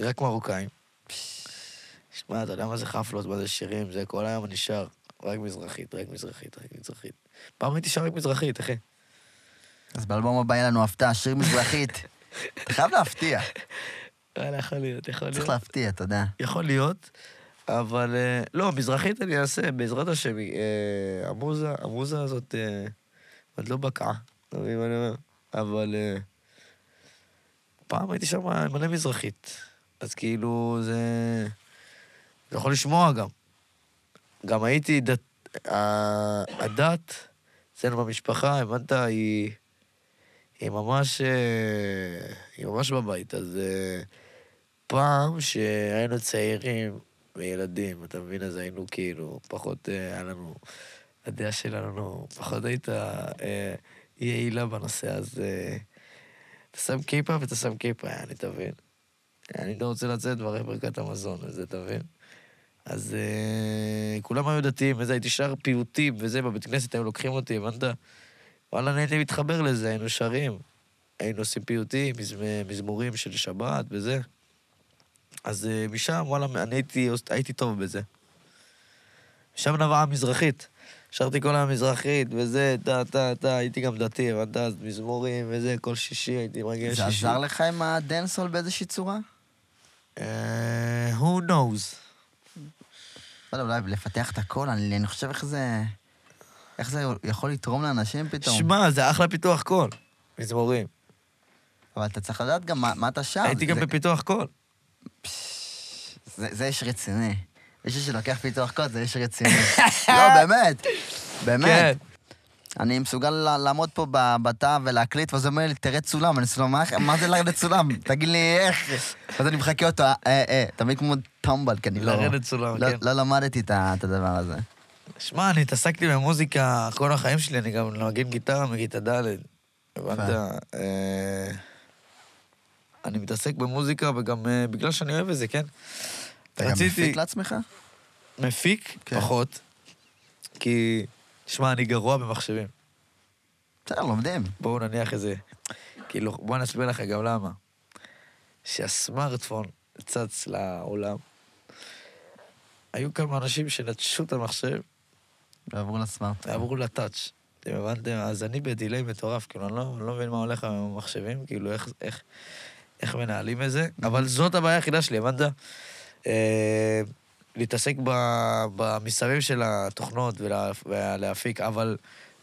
Speaker 2: רק מרוקאים. שמע, אתה יודע מה זה חפלות, מה זה שירים, זה כל היום אני שר, רק מזרחית, רק מזרחית, רק מזרחית. פעם הייתי שר רק מזרחית, אחי.
Speaker 1: אז באלבום הבא יהיה לנו הפתעה, שיר מזרחית. אתה חייב להפתיע,
Speaker 2: וואלה, יכול להיות, יכול
Speaker 1: צריך
Speaker 2: להיות.
Speaker 1: להפתיע, אתה יודע.
Speaker 2: יכול להיות, אבל אה, לא, מזרחית אני אעשה, בעזרת השם, אה, המוזה, המוזה הזאת אה, עוד לא בקעה, אתה מבין מה אני אומר? אבל אה, פעם הייתי שם מלא מזרחית, אז כאילו זה... זה יכול לשמוע גם. גם הייתי דת... ה- הדת אצלנו במשפחה, הבנת, היא... היא ממש... אה, היא ממש בבית, אז... אה, פעם שהיינו צעירים וילדים, אתה מבין? אז היינו כאילו, פחות אה, היה לנו, הדעה שלנו פחות הייתה אה, יעילה בנושא, אז אה, אתה שם כיפה ואתה שם כיפה, אני תבין. אני לא רוצה לצאת דברי ברכת המזון, וזה, אתה מבין? אז אה, כולם היו דתיים, וזה, הייתי שר פיוטים וזה, בבית כנסת היו לוקחים אותי, הבנת? וואלה, נהייתי מתחבר לזה, היינו שרים. היינו עושים פיוטים, מזמ- מזמורים של שבת וזה. אז אה, משם, וואלה, אני הייתי, הייתי טוב בזה. משם נבעה המזרחית. שרתי כל היום מזרחית, וזה, טה, טה, טה, הייתי גם דתי, הבנת? אז מזמורים וזה, כל שישי הייתי מגיע שישי.
Speaker 1: זה עזר לך עם הדנסול באיזושהי צורה?
Speaker 2: אה, who knows.
Speaker 1: לא יודע, אולי לפתח את הכל, אני אני חושב איך זה... איך זה יכול לתרום לאנשים פתאום?
Speaker 2: שמע, זה אחלה פיתוח קול. מזמורים.
Speaker 1: אבל אתה צריך לדעת גם מה, מה אתה שר.
Speaker 2: הייתי גם
Speaker 1: אה, זה-
Speaker 2: בפיתוח קול.
Speaker 1: פשש, זה, זה איש רציני. מישהו שלוקח פיתוח קוד זה איש רציני. לא, באמת. באמת.
Speaker 2: כן.
Speaker 1: אני מסוגל ל- לעמוד פה ב- בתא ולהקליט, ואז הוא אומר לי, תראה צולם, אני צולם, מה- מה זה לרדת צולם? תגיד לי איך. ואז אני מחכה אותו, אה, אה, אתה מבין כמו טמבל, כי אני לא...
Speaker 2: לרדת צולם,
Speaker 1: לא-
Speaker 2: כן.
Speaker 1: לא למדתי את ה- את הדבר הזה.
Speaker 2: שמע, אני התעסקתי במוזיקה כל החיים שלי, אני גם מנגן גיטרה מגיטה ד', הבנת? אה, אני מתעסק במוזיקה וגם אה, בגלל שאני אוהב את זה, כן?
Speaker 1: אתה גם מפיק לעצמך?
Speaker 2: מפיק?
Speaker 1: כן.
Speaker 2: פחות. כי, שמע, אני גרוע במחשבים.
Speaker 1: בסדר, לומדים.
Speaker 2: בואו נניח איזה... כאילו, בואו אני אסביר לך גם למה. שהסמארטפון צץ לעולם, היו כמה אנשים שנטשו את המחשב
Speaker 1: ועברו לסמארט.
Speaker 2: עברו לטאץ'. אתם הבנתם? אז אני בדיליי מטורף, כאילו, אני לא, אני לא מבין מה הולך עם המחשבים, כאילו, איך, איך, איך מנהלים את זה, אבל זאת הבעיה היחידה שלי, הבנת? אה, להתעסק ב, במסביב של התוכנות ולה, ולהפיק, אבל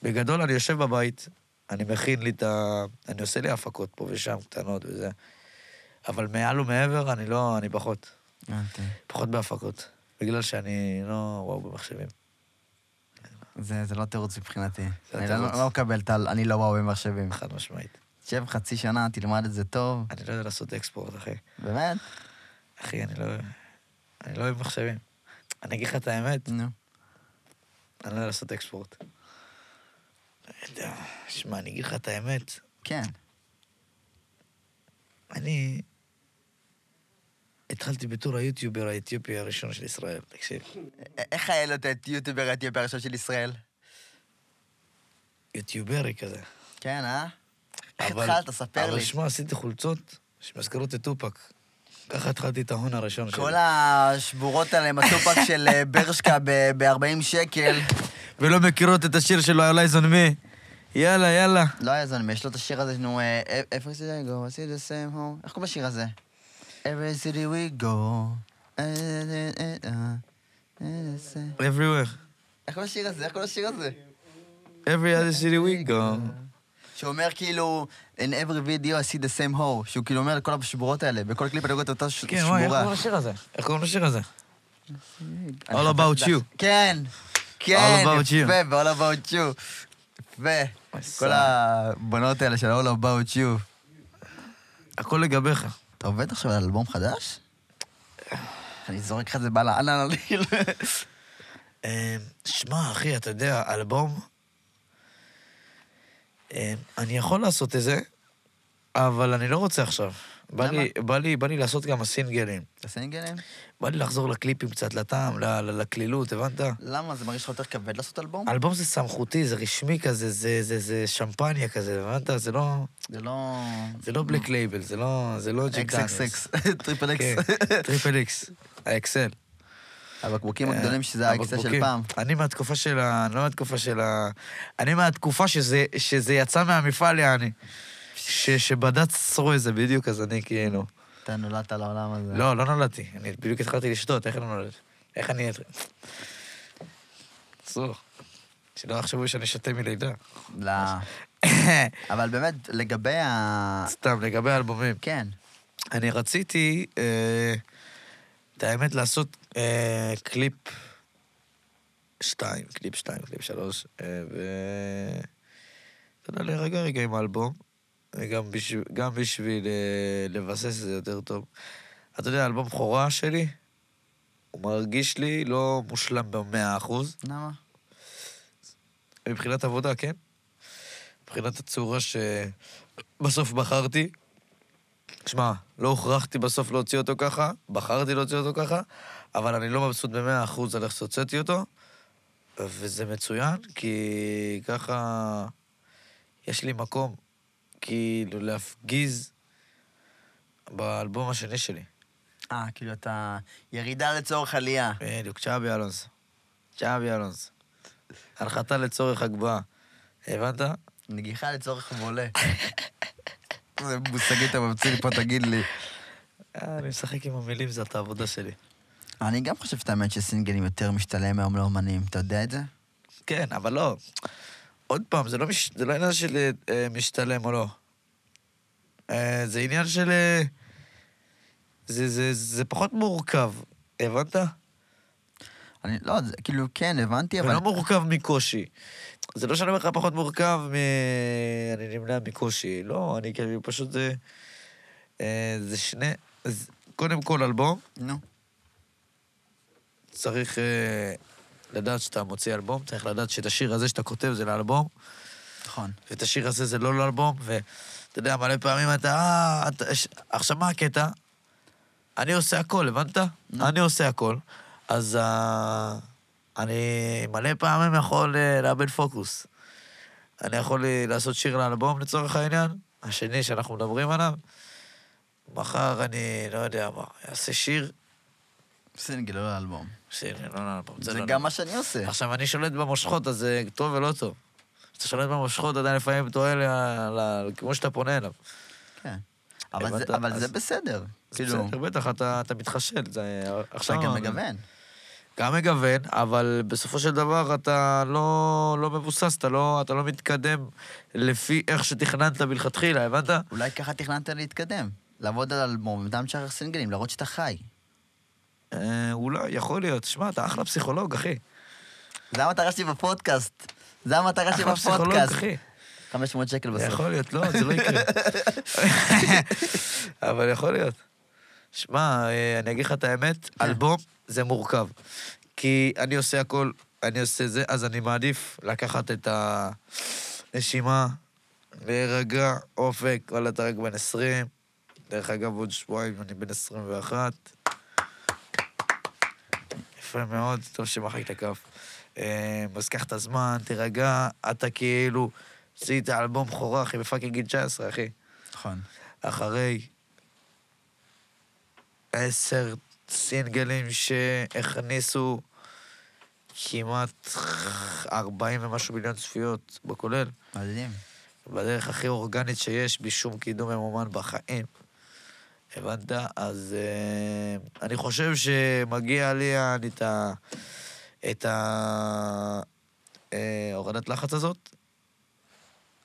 Speaker 2: בגדול אני יושב בבית, אני מכין לי את ה... אני עושה לי הפקות פה ושם, קטנות וזה, אבל מעל ומעבר אני לא, אני פחות,
Speaker 1: הבנתי.
Speaker 2: פחות בהפקות, בגלל שאני לא וואו במחשבים.
Speaker 1: זה זה לא תירוץ מבחינתי.
Speaker 2: זה
Speaker 1: אני לא
Speaker 2: התירוץ.
Speaker 1: לא מקבל את ה... אני לא וואו במחשבים.
Speaker 2: חד משמעית.
Speaker 1: שב חצי שנה, תלמד את זה טוב.
Speaker 2: אני לא יודע לעשות אקספורט, אחי.
Speaker 1: באמת?
Speaker 2: אחי, אני לא... אני לא אוהב מחשבים. אני אגיד לך את האמת,
Speaker 1: נו.
Speaker 2: אני לא יודע לעשות אקספורט. לא יודע, שמע, אני אגיד לך את האמת,
Speaker 1: כן.
Speaker 2: אני... התחלתי בתור היוטיובר האתיופי הראשון של ישראל, תקשיב.
Speaker 1: א- אה, איך היה לו את היוטיובר האתיופי הראשון של ישראל?
Speaker 2: יוטיוברי כזה.
Speaker 1: כן, אה? איך
Speaker 2: אבל-
Speaker 1: התחלת? ספר
Speaker 2: אבל
Speaker 1: לי.
Speaker 2: שמע, עשיתי חולצות שמזכירות את טופק. ככה התחלתי את ההון הראשון שלי.
Speaker 1: כל השבורות האלה עם הטופק של אה, ברשקה ב-40 שקל.
Speaker 2: ולא מכירות את השיר שלו, "All Eyes on Me". יאללה, יאללה.
Speaker 1: לא היה זמן, יש לו את השיר הזה, נו, אה, אה, איפה זה? Go, I see the same home. איך קוראים לשיר הזה? Every city we go. אה, אה, אה, אה, אה, אה, אה.
Speaker 2: Everywhere.
Speaker 1: איך קוראים לשיר הזה? איך קוראים לשיר הזה?
Speaker 2: Every other city we go.
Speaker 1: שאומר כאילו, in every video I see the same hoe, שהוא כאילו אומר כל השבורות האלה, בכל קליפ אני רואה את אותה ש-
Speaker 2: כן, וואי, איך
Speaker 1: שבורה.
Speaker 2: קוראים לשיר הזה? איך קוראים לשיר הזה?
Speaker 1: אני
Speaker 2: All
Speaker 1: חפש את
Speaker 2: About
Speaker 1: זה.
Speaker 2: You.
Speaker 1: כן, כן,
Speaker 2: All About You.
Speaker 1: יפה, ב-all about you. יפה. כל הבנות האלה של all about you.
Speaker 2: הכל לגביך.
Speaker 1: אתה עובד עכשיו על אלבום חדש? אני זורק לך את זה בעלה, אהלן עליל.
Speaker 2: אה, שמע, אחי, אתה יודע, אלבום... אה, אני יכול לעשות את זה, אבל אני לא רוצה עכשיו. בא
Speaker 1: למה?
Speaker 2: לי, בא, לי, בא לי לעשות גם הסינגלים.
Speaker 1: אתה סינגלים?
Speaker 2: בא לי לחזור לקליפים קצת, לטעם, ל- ל- לקלילות, הבנת?
Speaker 1: למה? זה מרגיש לך יותר כבד לעשות אלבום?
Speaker 2: אלבום זה סמכותי, זה רשמי כזה, זה, זה, זה שמפניה כזה, הבנת? זה לא,
Speaker 1: זה לא...
Speaker 2: זה לא בלק לייבל, זה לא, זה לא ג'ק דניאלס.
Speaker 1: XXX, טריפל
Speaker 2: כן,
Speaker 1: אקס.
Speaker 2: טריפל איקס, האקסל.
Speaker 1: הבקבוקים הגדולים שזה האקסה של
Speaker 2: אה, הבקבוקים.
Speaker 1: פעם.
Speaker 2: אני מהתקופה של ה... אני לא מהתקופה של ה... אני מהתקופה שזה, שזה יצא מהמפעל, יעני. ש- שבדצרו את זה בדיוק, אז אני כאילו...
Speaker 1: אתה נולדת לעולם הזה.
Speaker 2: לא, לא נולדתי. אני בדיוק התחלתי לשתות, איך אני נולד? איך אני... אסור. שלא יחשבו שאני שותה מלידה.
Speaker 1: לא. אבל באמת, לגבי ה...
Speaker 2: סתם, לגבי האלבומים.
Speaker 1: כן.
Speaker 2: אני רציתי, אה, את האמת, לעשות אה, קליפ שתיים, קליפ שתיים, קליפ שלוש, אה, ו... אתה יודע, להירגע רגע עם האלבום, וגם בשביל, גם בשביל אה, לבסס את זה יותר טוב. אתה יודע, האלבום בכורה שלי, הוא מרגיש לי לא מושלם במאה אחוז,
Speaker 1: למה?
Speaker 2: מבחינת עבודה, כן? מבחינת הצורה שבסוף בחרתי. שמע, לא הוכרחתי בסוף להוציא אותו ככה, בחרתי להוציא אותו ככה, אבל אני לא מבסוט במאה אחוז על איך שהוצאתי אותו, וזה מצוין, כי ככה יש לי מקום, כאילו, להפגיז באלבום השני שלי.
Speaker 1: אה, כאילו אתה... ירידה לצורך עלייה.
Speaker 2: בדיוק, צ'אבי אלונס. צ'אבי אלונס. הנחתה לצורך הגבהה. הבנת?
Speaker 1: נגיחה לצורך בולה. זה מושגית הממציא לי פה, תגיד לי.
Speaker 2: אה, אני משחק עם המילים, זאת העבודה שלי.
Speaker 1: אני גם חושב את האמת שסינגלים יותר משתלם היום לאומנים, אתה יודע את זה?
Speaker 2: כן, אבל לא. עוד פעם, זה לא, מש... זה לא עניין של אה, משתלם או לא. אה, זה עניין של... אה, זה, זה, זה פחות מורכב, הבנת?
Speaker 1: אני לא, זה, כאילו, כן, הבנתי, אבל...
Speaker 2: ולא מורכב מקושי. זה לא שאני אומר לך פחות מורכב מ... אני נמנע מקושי. לא, אני כאילו פשוט... זה, אה, זה שני... אז קודם כל אלבום,
Speaker 1: נו.
Speaker 2: צריך אה, לדעת שאתה מוציא אלבום, צריך לדעת שאת השיר הזה שאתה כותב זה לאלבום,
Speaker 1: נכון.
Speaker 2: ואת השיר הזה זה לא לאלבום, ואתה יודע, מלא פעמים אתה... אה, אתה... ש- עכשיו, מה הקטע? אני עושה הכל, הבנת? אני עושה הכל. אז אה, אני מלא פעמים יכול אה, לאבד פוקוס. אני יכול אה, לעשות שיר לאלבום לצורך העניין, השני שאנחנו מדברים עליו. מחר אני, לא יודע מה, אעשה שיר,
Speaker 1: סינגל, לא לאלבום.
Speaker 2: שיר, לא, לא, לא,
Speaker 1: זה
Speaker 2: לא,
Speaker 1: גם
Speaker 2: לא.
Speaker 1: מה שאני עושה.
Speaker 2: עכשיו, אני שולט במושכות, אז זה טוב ולא טוב. כשאתה שולט במושכות, עדיין לפעמים טועה ל... ל... כמו שאתה פונה אליו.
Speaker 1: כן. אבל
Speaker 2: הבנת?
Speaker 1: זה- אבל
Speaker 2: אה, אז-
Speaker 1: זה בסדר.
Speaker 2: כאילו...
Speaker 1: כאילו,
Speaker 2: בסדר, בטח, אתה, אתה מתחשל. זה...
Speaker 1: אתה
Speaker 2: עכשיו...
Speaker 1: גם מגוון.
Speaker 2: גם מגוון, אבל בסופו של דבר אתה לא, לא מבוסס, אתה לא, אתה לא מתקדם לפי איך שתכננת מלכתחילה, הבנת?
Speaker 1: אולי ככה תכננת להתקדם. לעבוד על אלבום, וגם שאר סינגלים, להראות שאתה חי.
Speaker 2: אה, אולי, יכול להיות. שמע, אתה אחלה פסיכולוג, אחי.
Speaker 1: זה המטרה שלי בפודקאסט. זה המטרה שלי
Speaker 2: אחלה פסיכולוג,
Speaker 1: בפודקאסט.
Speaker 2: אחי.
Speaker 1: 500 שקל
Speaker 2: זה
Speaker 1: בסוף.
Speaker 2: יכול להיות, לא, זה לא יקרה. אבל יכול להיות. שמע, אה, אני אגיד לך את האמת, אלבום זה מורכב. כי אני עושה הכל, אני עושה זה, אז אני מעדיף לקחת את הנשימה, להירגע, אופק, וואלה, אתה רק בן 20. דרך אגב, עוד שבועיים אני בן 21. יפה מאוד, טוב שמחק את הכף. אה, אז קח את הזמן, תירגע, אתה כאילו עשית אלבום בכורה, אחי, בפאקינג גיל 19, אחי.
Speaker 1: נכון.
Speaker 2: אחרי עשר סינגלים שהכניסו כמעט 40 ומשהו מיליון צפיות בכולל,
Speaker 1: מדהים.
Speaker 2: בדרך הכי אורגנית שיש, בלי שום קידום ממומן בחיים. הבנת? אז אה, אני חושב שמגיע לי אני, את ה... את ה... אה, הורדת לחץ הזאת,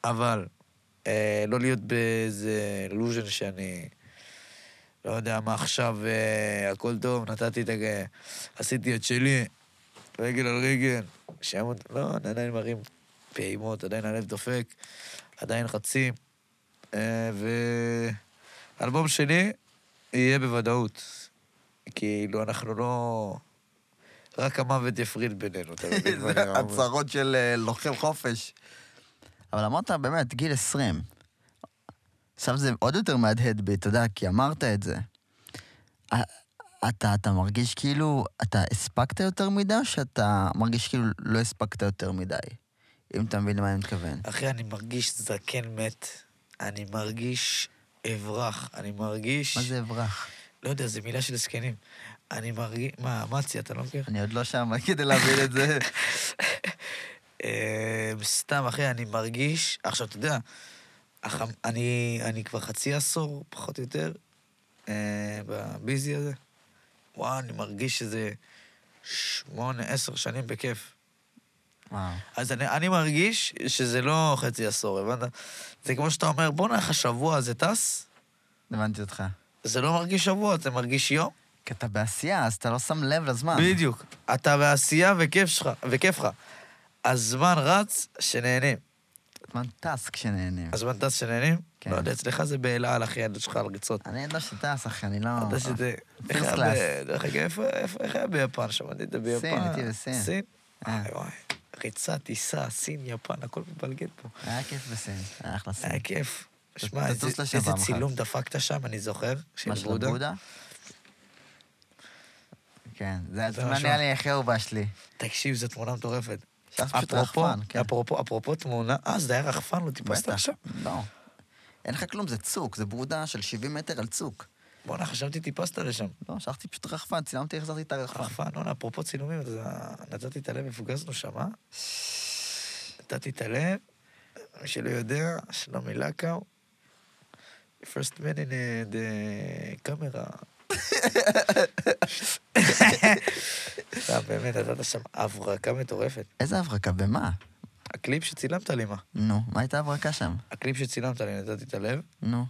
Speaker 2: אבל אה, לא להיות באיזה לוז'ן שאני... לא יודע מה עכשיו, אה, הכל טוב, נתתי את ה... עשיתי את שלי, רגל על רגל, שם... לא, אני עדיין מרים פעימות, עדיין הלב דופק, עדיין חצי. אה, ואלבום שני יהיה בוודאות. כאילו, אנחנו לא... רק המוות יפריד בינינו, אתה מבין? מה אני אומר?
Speaker 1: הצהרות של אה, לוחם חופש. אבל אמרת באמת, גיל 20. עכשיו זה עוד יותר מהדהד בי, אתה יודע, כי אמרת את זה. א- אתה, אתה מרגיש כאילו, אתה הספקת יותר מדי, או שאתה מרגיש כאילו לא הספקת יותר מדי? אם אתה מבין למה אני מתכוון.
Speaker 2: אחי, אני מרגיש זקן מת. אני מרגיש אברח. אני מרגיש...
Speaker 1: מה זה אברח?
Speaker 2: לא יודע, זו מילה של זקנים. אני מרגיש... מה, אמציה, אתה לא מכיר?
Speaker 1: אני עוד לא שם כדי להבין את זה.
Speaker 2: אה, סתם, אחי, אני מרגיש... עכשיו, אתה יודע, הח... אני, אני כבר חצי עשור, פחות או יותר, אה, בביזי הזה. וואו, אני מרגיש שזה שמונה, עשר שנים בכיף.
Speaker 1: וואו.
Speaker 2: אז אני, אני מרגיש שזה לא חצי עשור, הבנת? זה כמו שאתה אומר, בוא'נה, איך השבוע הזה טס?
Speaker 1: הבנתי אותך.
Speaker 2: זה לא מרגיש שבוע, זה מרגיש יום.
Speaker 1: כי אתה בעשייה, אז אתה לא שם לב לזמן.
Speaker 2: בדיוק. אתה בעשייה וכיף שלך, וכיף לך. הזמן רץ שנהנים.
Speaker 1: זמן טס כשנהנים.
Speaker 2: הזמן טס שנהנים?
Speaker 1: כן.
Speaker 2: לא יודע, אצלך זה באל על, אחי, היד שלך על ריצות.
Speaker 1: אני עוד לא שטס, אחי, אני לא...
Speaker 2: אתה שזה... איך היה ב-
Speaker 1: קלאס.
Speaker 2: דרך אגב, איפה- איפה- איך היה ביפן? שמעתי את זה ביפן.
Speaker 1: הייתי בסין.
Speaker 2: סין?
Speaker 1: אה.
Speaker 2: וואי וואי. ריצה, טיסה, סין, יפן, הכל מבלגן פה.
Speaker 1: היה כיף בסין, היה אחלה סין.
Speaker 2: היה כיף. שמע,
Speaker 1: תטוס
Speaker 2: איזה-
Speaker 1: לשם
Speaker 2: איזה
Speaker 1: פעם אחת.
Speaker 2: צילום דפקת שם, אני זוכר, של
Speaker 1: מה של
Speaker 2: בודה.
Speaker 1: הבודה? כן, זה
Speaker 2: זה
Speaker 1: התמונה
Speaker 2: משהו.
Speaker 1: נראה לי הכי אהובה שלי.
Speaker 2: תקשיב, זו תמונה מטורפת.
Speaker 1: שהיה פשוט
Speaker 2: אפרופו,
Speaker 1: רחפן, כן.
Speaker 2: אפרופו, אפרופו תמונה, אה, זה היה רחפן, לא טיפסת
Speaker 1: בטח.
Speaker 2: עכשיו?
Speaker 1: לא. אין לך כלום, זה צוק, זה ברודה של 70 מטר על צוק.
Speaker 2: בואנה, חשבתי טיפסת לשם.
Speaker 1: לא, שלחתי פשוט רחפן, צילמתי, החזרתי את הרחפן.
Speaker 2: רחפן, בואנה, אפרופו צילומים, אז אה, נתתי את הלב, הפגזנו שם, אה? נתתי את הלב, מי שלא יודע, שלומי לקאו, first man in uh, the camera. אתה אה, באמת, נתת שם הברקה מטורפת.
Speaker 1: איזה הברקה? במה?
Speaker 2: הקליפ שצילמת לי, מה?
Speaker 1: נו, מה הייתה הברקה שם?
Speaker 2: הקליפ שצילמת לי, נתתי את הלב.
Speaker 1: נו.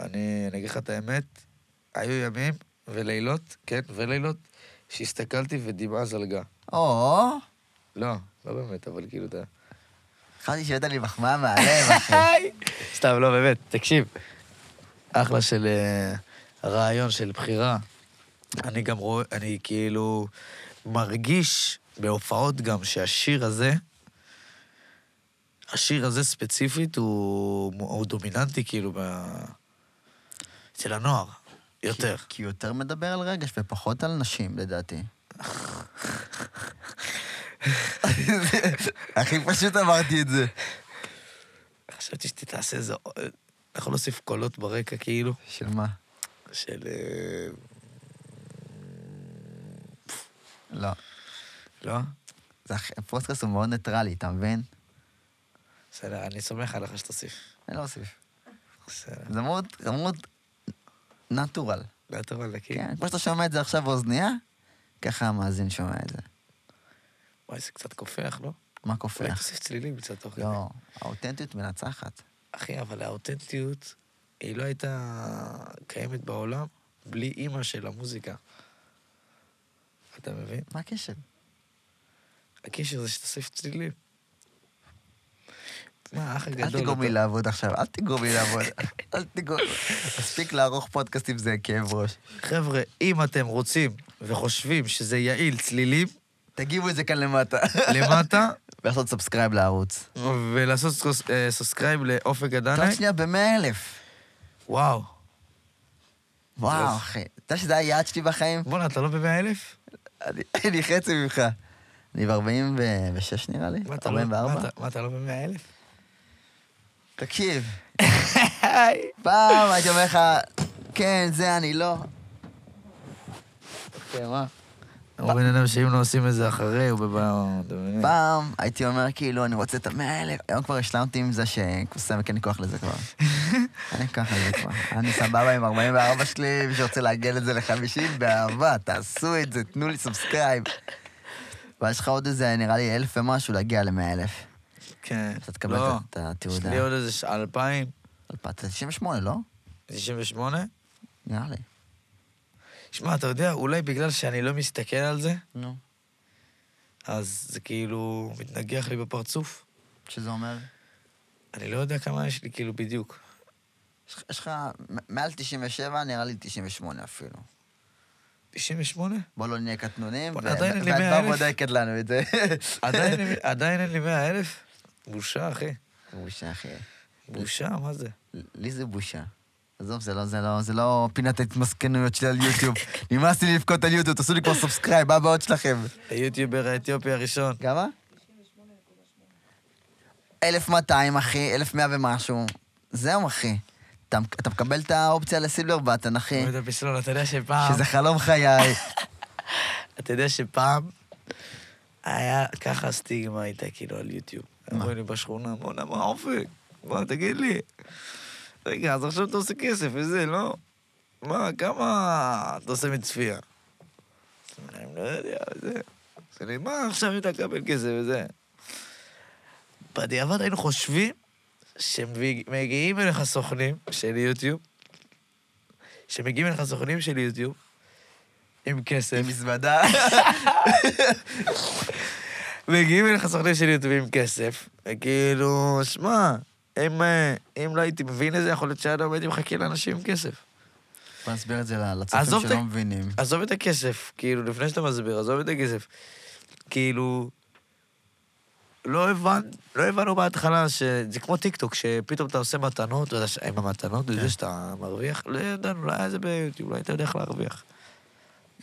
Speaker 2: אני אני אגיד לך את האמת, היו ימים ולילות, כן, ולילות, שהסתכלתי ודמעה זלגה.
Speaker 1: או,
Speaker 2: לא, לא באמת, אבל כאילו, אתה...
Speaker 1: חשבתי שהבאת לי מחמאה מהלב, אחי.
Speaker 2: סתם, לא, באמת, תקשיב. אחלה של אה, רעיון, של בחירה. אני גם רואה, אני כאילו מרגיש בהופעות גם שהשיר הזה, השיר הזה ספציפית הוא, הוא דומיננטי כאילו ב... אצל הנוער, יותר.
Speaker 1: כי, כי הוא יותר מדבר על רגש ופחות על נשים, לדעתי. הכי פשוט אמרתי את זה.
Speaker 2: חשבתי שתעשה איזה... אתה יכול להוסיף קולות ברקע כאילו,
Speaker 1: של מה?
Speaker 2: של... אה,
Speaker 1: לא.
Speaker 2: לא?
Speaker 1: זה הכי- הפודקאסט הוא מאוד ניטרלי, אתה מבין?
Speaker 2: בסדר, אני סומך עליך שתוסיף.
Speaker 1: אני לא אוסיף.
Speaker 2: בסדר.
Speaker 1: זה מאוד, זה מאוד נטורל.
Speaker 2: לא טוב על נקי.
Speaker 1: כן, כמו שאתה שומע את זה עכשיו באוזנייה, ככה המאזין שומע את זה.
Speaker 2: וואי, זה קצת קופח, לא?
Speaker 1: מה
Speaker 2: אולי
Speaker 1: קופח?
Speaker 2: תוסיף צלילים קצת תוך כדי.
Speaker 1: לא, האותנטיות מנצחת.
Speaker 2: אחי, אבל האותנטיות, היא לא הייתה קיימת בעולם בלי אימא של המוזיקה. אתה מבין?
Speaker 1: מה הקשר?
Speaker 2: הקשר זה שתוסיף צלילים. מה, האח הגדול...
Speaker 1: אל תגרום לי
Speaker 2: אתה-
Speaker 1: לעבוד עכשיו, אל תגרום לי לעבוד. אל תגרום... מספיק לערוך פודקאסט עם זה כאב ראש.
Speaker 2: חבר'ה, אם אתם רוצים וחושבים שזה יעיל צלילים,
Speaker 1: תגיבו את זה כאן למטה.
Speaker 2: למטה,
Speaker 1: ולעשות סאבסקרייב לערוץ.
Speaker 2: ולעשות סקוס- אה, סאסקרייב לאופק
Speaker 1: עוד
Speaker 2: הדנאי,
Speaker 1: שנייה במאה אלף.
Speaker 2: וואו.
Speaker 1: וואו,
Speaker 2: טוב.
Speaker 1: אחי. אתה יודע שזה היעד שלי בחיים?
Speaker 2: בואנה, אתה לא במאה אלף?
Speaker 1: אני אני חצי ממך. אני ב-46 נראה לי,
Speaker 2: מה, אתה לא- מה,
Speaker 1: 44.
Speaker 2: אתה- מה, אתה לא במאה אלף?
Speaker 1: תקשיב, פעם הייתי אומר לך, כן, זה אני לא. אוקיי, מה?
Speaker 2: הוא בן אדם שאם לא עושים את זה אחרי, הוא בבעיה.
Speaker 1: פעם הייתי אומר, כאילו, אני רוצה את המאה אלף. היום כבר השלמתי עם זה שקוסם, כי אין לי כוח לזה כבר. אין לי כוח לזה כבר. אני סבבה עם 44 שלי, מי שרוצה לעגל את זה ל-50, באהבה, תעשו את זה, תנו לי סאבסקרייב. אבל יש לך עוד איזה, נראה לי, אלף ומשהו להגיע למאה אלף.
Speaker 2: כן.
Speaker 1: אתה תקבל
Speaker 2: לא.
Speaker 1: את- את התעודה.
Speaker 2: יש לי עוד איזה ש- 2,000,
Speaker 1: אלפיים, אתה 98, לא?
Speaker 2: 98.
Speaker 1: נראה לי.
Speaker 2: שמע, אתה יודע, אולי בגלל שאני לא מסתכל על זה,
Speaker 1: נו.
Speaker 2: אז זה כאילו מתנגח לי בפרצוף.
Speaker 1: שזה אומר?
Speaker 2: אני לא יודע כמה יש לי כאילו בדיוק.
Speaker 1: יש לך- יש לך מ- מעל 97, נראה לי 98 אפילו.
Speaker 2: 98?
Speaker 1: בוא לא נהיה קטנונים,
Speaker 2: בוא'נה, עדיין אין לי
Speaker 1: ואת
Speaker 2: 100,000.
Speaker 1: באה בודקת לנו את זה.
Speaker 2: עדיין אין לי- עדיין אין לי 100 אלף? בושה, אחי.
Speaker 1: בושה, אחי.
Speaker 2: בושה, מה זה?
Speaker 1: לי זה בושה. עזוב, זה לא, זה לא, זה לא פינת ההתמסכנויות שלי על יוטיוב. נמאס לי לבכות על יוטיוב, תעשו לי כבר סאבסקרייב, מה הבעיות שלכם?
Speaker 2: היוטיובר האתיופי הראשון.
Speaker 1: כמה? 1200, אחי, 1100 ומשהו. זהו, אחי. אתה, אתה מקבל את האופציה לסילבר בטן, אחי.
Speaker 2: עומד בפסלון, אתה לא יודע שפעם...
Speaker 1: שזה חלום חיי.
Speaker 2: אתה יודע שפעם היה ככה הסטיגמה הייתה כאילו על יוטיוב. אמרו לי בשכונה, בואנה, מה אופק? מה, תגיד לי. רגע, אז עכשיו אתה עושה כסף וזה, לא? מה, כמה אתה עושה מצפייה? אז אני לא יודע, זה. אז אני, מה עכשיו אם אתה מקבל כסף וזה? בדיעבד היינו חושבים שמגיעים אליך סוכנים של יוטיוב, שמגיעים אליך סוכנים של יוטיוב עם כסף.
Speaker 1: מזוודה.
Speaker 2: מגיעים אליך סוכנים של יוטיוב עם כסף, וכאילו, שמע, אם, אה, אם לא הייתי מבין את זה, יכול להיות שעד היום הייתי מחכה לאנשים עם כסף.
Speaker 1: בוא נסביר את זה
Speaker 2: עזוב
Speaker 1: לצופים
Speaker 2: את
Speaker 1: שלא
Speaker 2: ה-
Speaker 1: מבינים.
Speaker 2: עזוב את הכסף, כאילו, לפני שאתה מסביר, עזוב את הכסף. כאילו, לא, הבנ... לא הבנו בהתחלה שזה כמו טיקטוק, שפתאום אתה עושה מתנות, ואתה ש... עם המתנות, וזה שאתה מרוויח, לא ידענו, לא היה זה ביוטיוב, לא היית יודע איך להרוויח.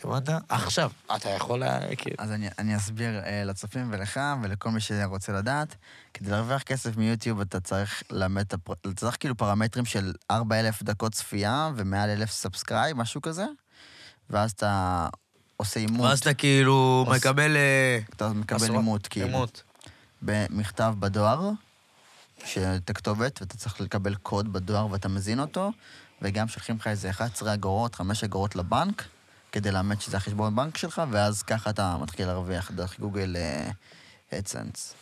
Speaker 2: הבנת? עכשיו, אתה יכול לה... כאילו...
Speaker 1: אז אני, אני אסביר אה, לצופים ולך ולכל מי שרוצה לדעת. כדי להרוויח כסף מיוטיוב אתה צריך ללמד את הפר... אתה צריך כאילו פרמטרים של 4,000 דקות צפייה ומעל 1,000 סאבסקרייב, משהו כזה, ואז אתה עושה עימות,
Speaker 2: ואז אתה כאילו
Speaker 1: עוש-
Speaker 2: מקבל... אה,
Speaker 1: אתה מקבל כאילו.
Speaker 2: עשרות-
Speaker 1: עימות, כאילו.
Speaker 2: עימות.
Speaker 1: במכתב בדואר, שאת הכתובת, ואתה צריך לקבל קוד בדואר ואתה מזין אותו, וגם שולחים לך איזה 11 אגורות, 5 אגורות לבנק, כדי לאמת שזה החשבון בנק שלך, ואז ככה אתה מתחיל להרוויח דרך גוגל אה, אדסנס.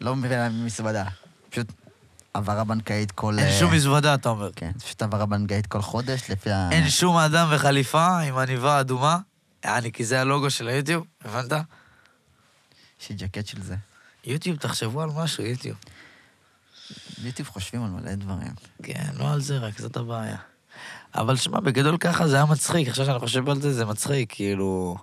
Speaker 1: לא מבין מזוודה, פשוט העברה בנקאית כל...
Speaker 2: אין
Speaker 1: אה,
Speaker 2: שום מזוודה, אתה אומר.
Speaker 1: כן, פשוט העברה בנקאית כל חודש, לפי ה...
Speaker 2: אין שום אדם וחליפה עם עניבה אדומה. יעני, כי זה הלוגו של היוטיוב, הבנת?
Speaker 1: יש לי ג'קט של זה.
Speaker 2: יוטיוב, תחשבו על משהו, יוטיוב.
Speaker 1: ביוטיוב חושבים על מלא דברים.
Speaker 2: כן, לא על זה, רק זאת הבעיה. אבל שמע, בגדול ככה זה היה מצחיק, עכשיו שאני חושב על זה, זה מצחיק, כאילו...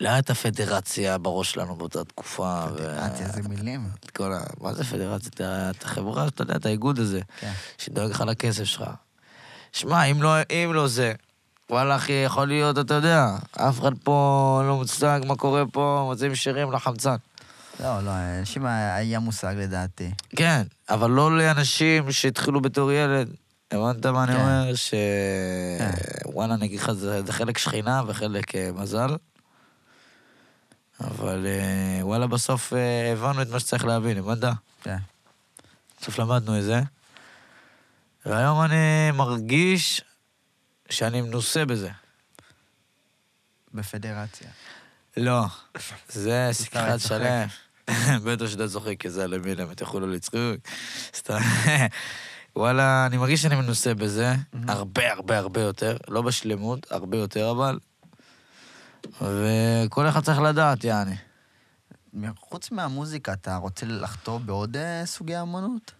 Speaker 2: לא הייתה פדרציה בראש שלנו באותה תקופה. ו-
Speaker 1: פדרציה,
Speaker 2: אה,
Speaker 1: איזה מילים.
Speaker 2: את כל ה... מה זה פדרציה? את ה- את החברה, אתה יודע, את האיגוד הזה,
Speaker 1: כן.
Speaker 2: שדואג לך לכסף שלך. שמע, אם לא, אם לא זה, וואלה, אחי, יכול להיות, אתה יודע, אף אחד פה לא מוצדק, מה קורה פה, מוצאים שירים לחמצן.
Speaker 1: לא, לא, אנשים היה מושג לדעתי.
Speaker 2: כן, אבל לא לאנשים שהתחילו בתור ילד. הבנת מה אני
Speaker 1: כן.
Speaker 2: אומר? ש...
Speaker 1: כן.
Speaker 2: וואלה, אני אגיד לך, זה זה חלק שכינה וחלק אה, מזל. אבל אה, וואלה, בסוף אה, הבנו את מה שצריך להבין, הבנת?
Speaker 1: כן.
Speaker 2: בסוף למדנו את זה. והיום אני מרגיש שאני מנוסה בזה.
Speaker 1: בפדרציה.
Speaker 2: לא, זה
Speaker 1: סתם, אני
Speaker 2: שיחת
Speaker 1: צוחק.
Speaker 2: שלם. בטח שאתה צוחק, כי זה על המילה, הם יכולו לא לצחוק. סתם. וואלה, אני מרגיש שאני מנוסה בזה, הרבה הרבה הרבה יותר, לא בשלמות, הרבה יותר אבל. וכל אחד צריך לדעת, יעני.
Speaker 1: חוץ מהמוזיקה, אתה רוצה לחטוא בעוד אה, סוגי אמנות?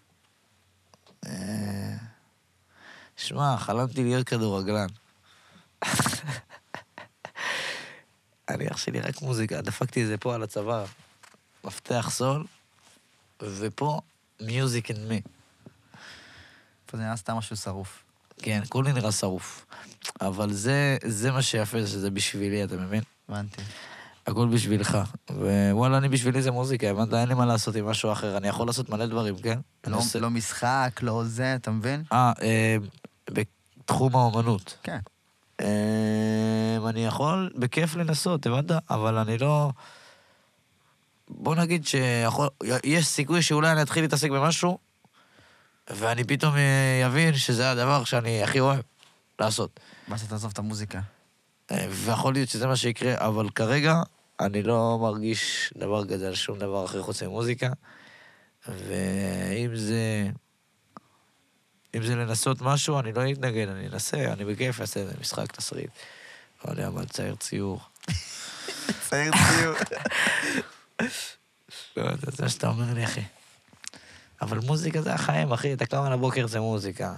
Speaker 2: אה, שמע, חלמתי להיות כדורגלן. אני אח שלי רק מוזיקה, דפקתי את זה פה על הצוואר. מפתח סול, ופה מיוזיק אנד מי.
Speaker 1: פה זה נראה סתם משהו שרוף.
Speaker 2: כן, כולי נראה שרוף. אבל זה, זה מה שיפה, שזה בשבילי, אתה מבין?
Speaker 1: הבנתי.
Speaker 2: הכל בשבילך. ווואלה, אני בשבילי זה מוזיקה, הבנת? אין לי מה לעשות עם משהו אחר. אני יכול לעשות מלא דברים, כן? אני
Speaker 1: לא-
Speaker 2: עושה-
Speaker 1: לא משחק, לא זה, אתה מבין?
Speaker 2: אה, אה, בתחום האומנות.
Speaker 1: כן.
Speaker 2: אמ, אני יכול בכיף לנסות, הבנת? אבל אני לא... בוא נגיד שיש סיכוי שאולי אני אתחיל להתעסק במשהו, ואני פתאום אה, אבין שזה הדבר שאני הכי אוהב לעשות.
Speaker 1: ואז אתה תעזוב את המוזיקה.
Speaker 2: אה, ויכול להיות שזה מה שיקרה, אבל כרגע אני לא מרגיש דבר כזה על שום דבר אחר חוץ ממוזיקה. ואם זה... אם זה לנסות משהו, אני לא אתנגד, אני אנסה, אני בכיף אעשה איזה משחק, תסריט. לא יודע, מה, לצייר ציור.
Speaker 1: צעיר ציור.
Speaker 2: לא יודע, זה מה שאתה אומר לי, אחי. אבל מוזיקה זה החיים, אחי, אתה קם על הבוקר זה מוזיקה.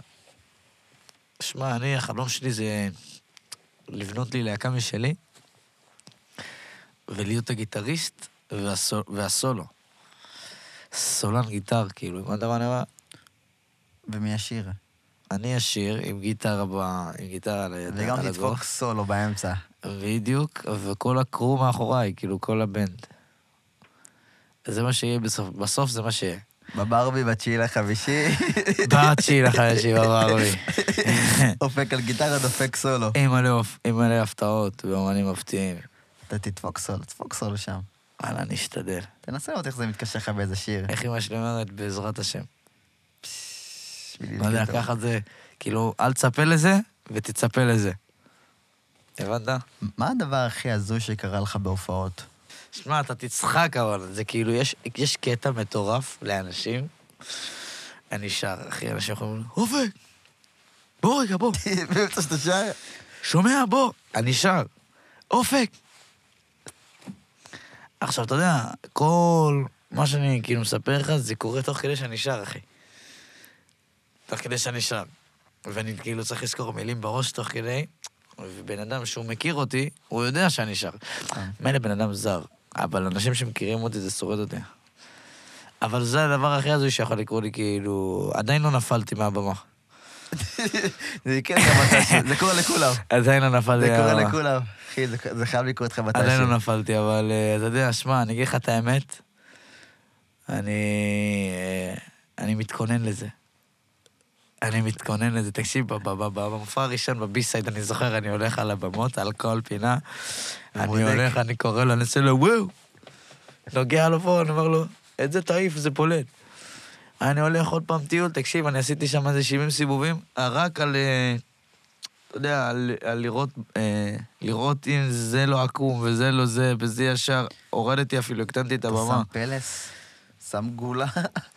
Speaker 2: שמע, אני, החלום שלי זה לבנות לי להקה משלי, ולהיות הגיטריסט והסול, והסולו. סולן גיטר, כאילו, אם אתה אומר,
Speaker 1: ומי ישיר?
Speaker 2: אני אשיר עם גיטרה ב... עם גיטרה על היד-
Speaker 1: וגם
Speaker 2: על הגוף.
Speaker 1: תדפוק סולו באמצע.
Speaker 2: בדיוק, וכל הקרו מאחוריי, כאילו, כל הבנד. זה מה שיהיה בסוף, בסוף זה מה שיהיה.
Speaker 1: בברבי בתשיעי לחמישי,
Speaker 2: בתשיעי לחמישי בברבי.
Speaker 1: דופק על גיטרה, דופק סולו.
Speaker 2: אין מלא, הפ- אין מלא הפתעות ואומנים מפתיעים.
Speaker 1: אתה תדפוק סולו, תדפוק סולו שם.
Speaker 2: וואלה, נשתדל.
Speaker 1: תנסה לראות איך זה מתקשר לך באיזה שיר.
Speaker 2: איך אמא שלי אומרת? בעזרת השם.
Speaker 1: בשביל
Speaker 2: לא יודע,
Speaker 1: להתקדם.
Speaker 2: ככה זה, כאילו, אל תצפה לזה ותצפה לזה. הבנת?
Speaker 1: מה הדבר הכי הזוי שקרה לך בהופעות?
Speaker 2: שמע, אתה תצחק אבל, זה כאילו, יש, יש קטע מטורף לאנשים. אני שר, אחי, אנשים יכולים... אופק! בוא רגע, בוא.
Speaker 1: באמצע שאתה שר?
Speaker 2: שומע, בוא. אני שר. אופק. עכשיו, אתה יודע, כל מה שאני כאילו מספר לך, זה קורה תוך כדי שאני שר, אחי. תוך כדי שאני שר. ואני כאילו צריך לזכור מילים בראש תוך כדי, ובן אדם שהוא מכיר אותי, הוא יודע שאני שר. מילא בן אדם זר, אבל אנשים שמכירים אותי, זה שורד אותי. אבל זה הדבר הכי הזוי שיכול לקרות לי, כאילו... עדיין לא נפלתי מהבמה.
Speaker 1: זה יקרה לך מתישהו, זה קורה לכולם.
Speaker 2: עדיין לא
Speaker 1: זה
Speaker 2: נפלתי מהבמה.
Speaker 1: קורה לכולם. אחי, זה- זה חייב לקרות לך מתישהו.
Speaker 2: עדיין לא נפלתי, אבל אה, אתה יודע, שמע, אני אגיד לך את האמת, אני... אה, אני מתכונן לזה. אני מתכונן לזה. תקשיב, ב- ב- ב- ב- במופע הראשון בבי-סייד, אני זוכר, אני הולך על הבמות, על כל פינה. אני
Speaker 1: בודק.
Speaker 2: הולך, אני קורא לו, אני עושה לו, וואו! נוגע לו פה, אני אומר לו, את זה תעיף, זה פולט. אני הולך עוד פעם טיול, תקשיב, אני עשיתי שם איזה 70 סיבובים, אה, רק על, אה, אתה יודע, על, על לראות, אה, לראות אם זה לא עקום וזה לא זה, וזה ישר. הורדתי אפילו, הקטנתי את
Speaker 1: אתה
Speaker 2: הבמה.
Speaker 1: שם פלס, שם גולה,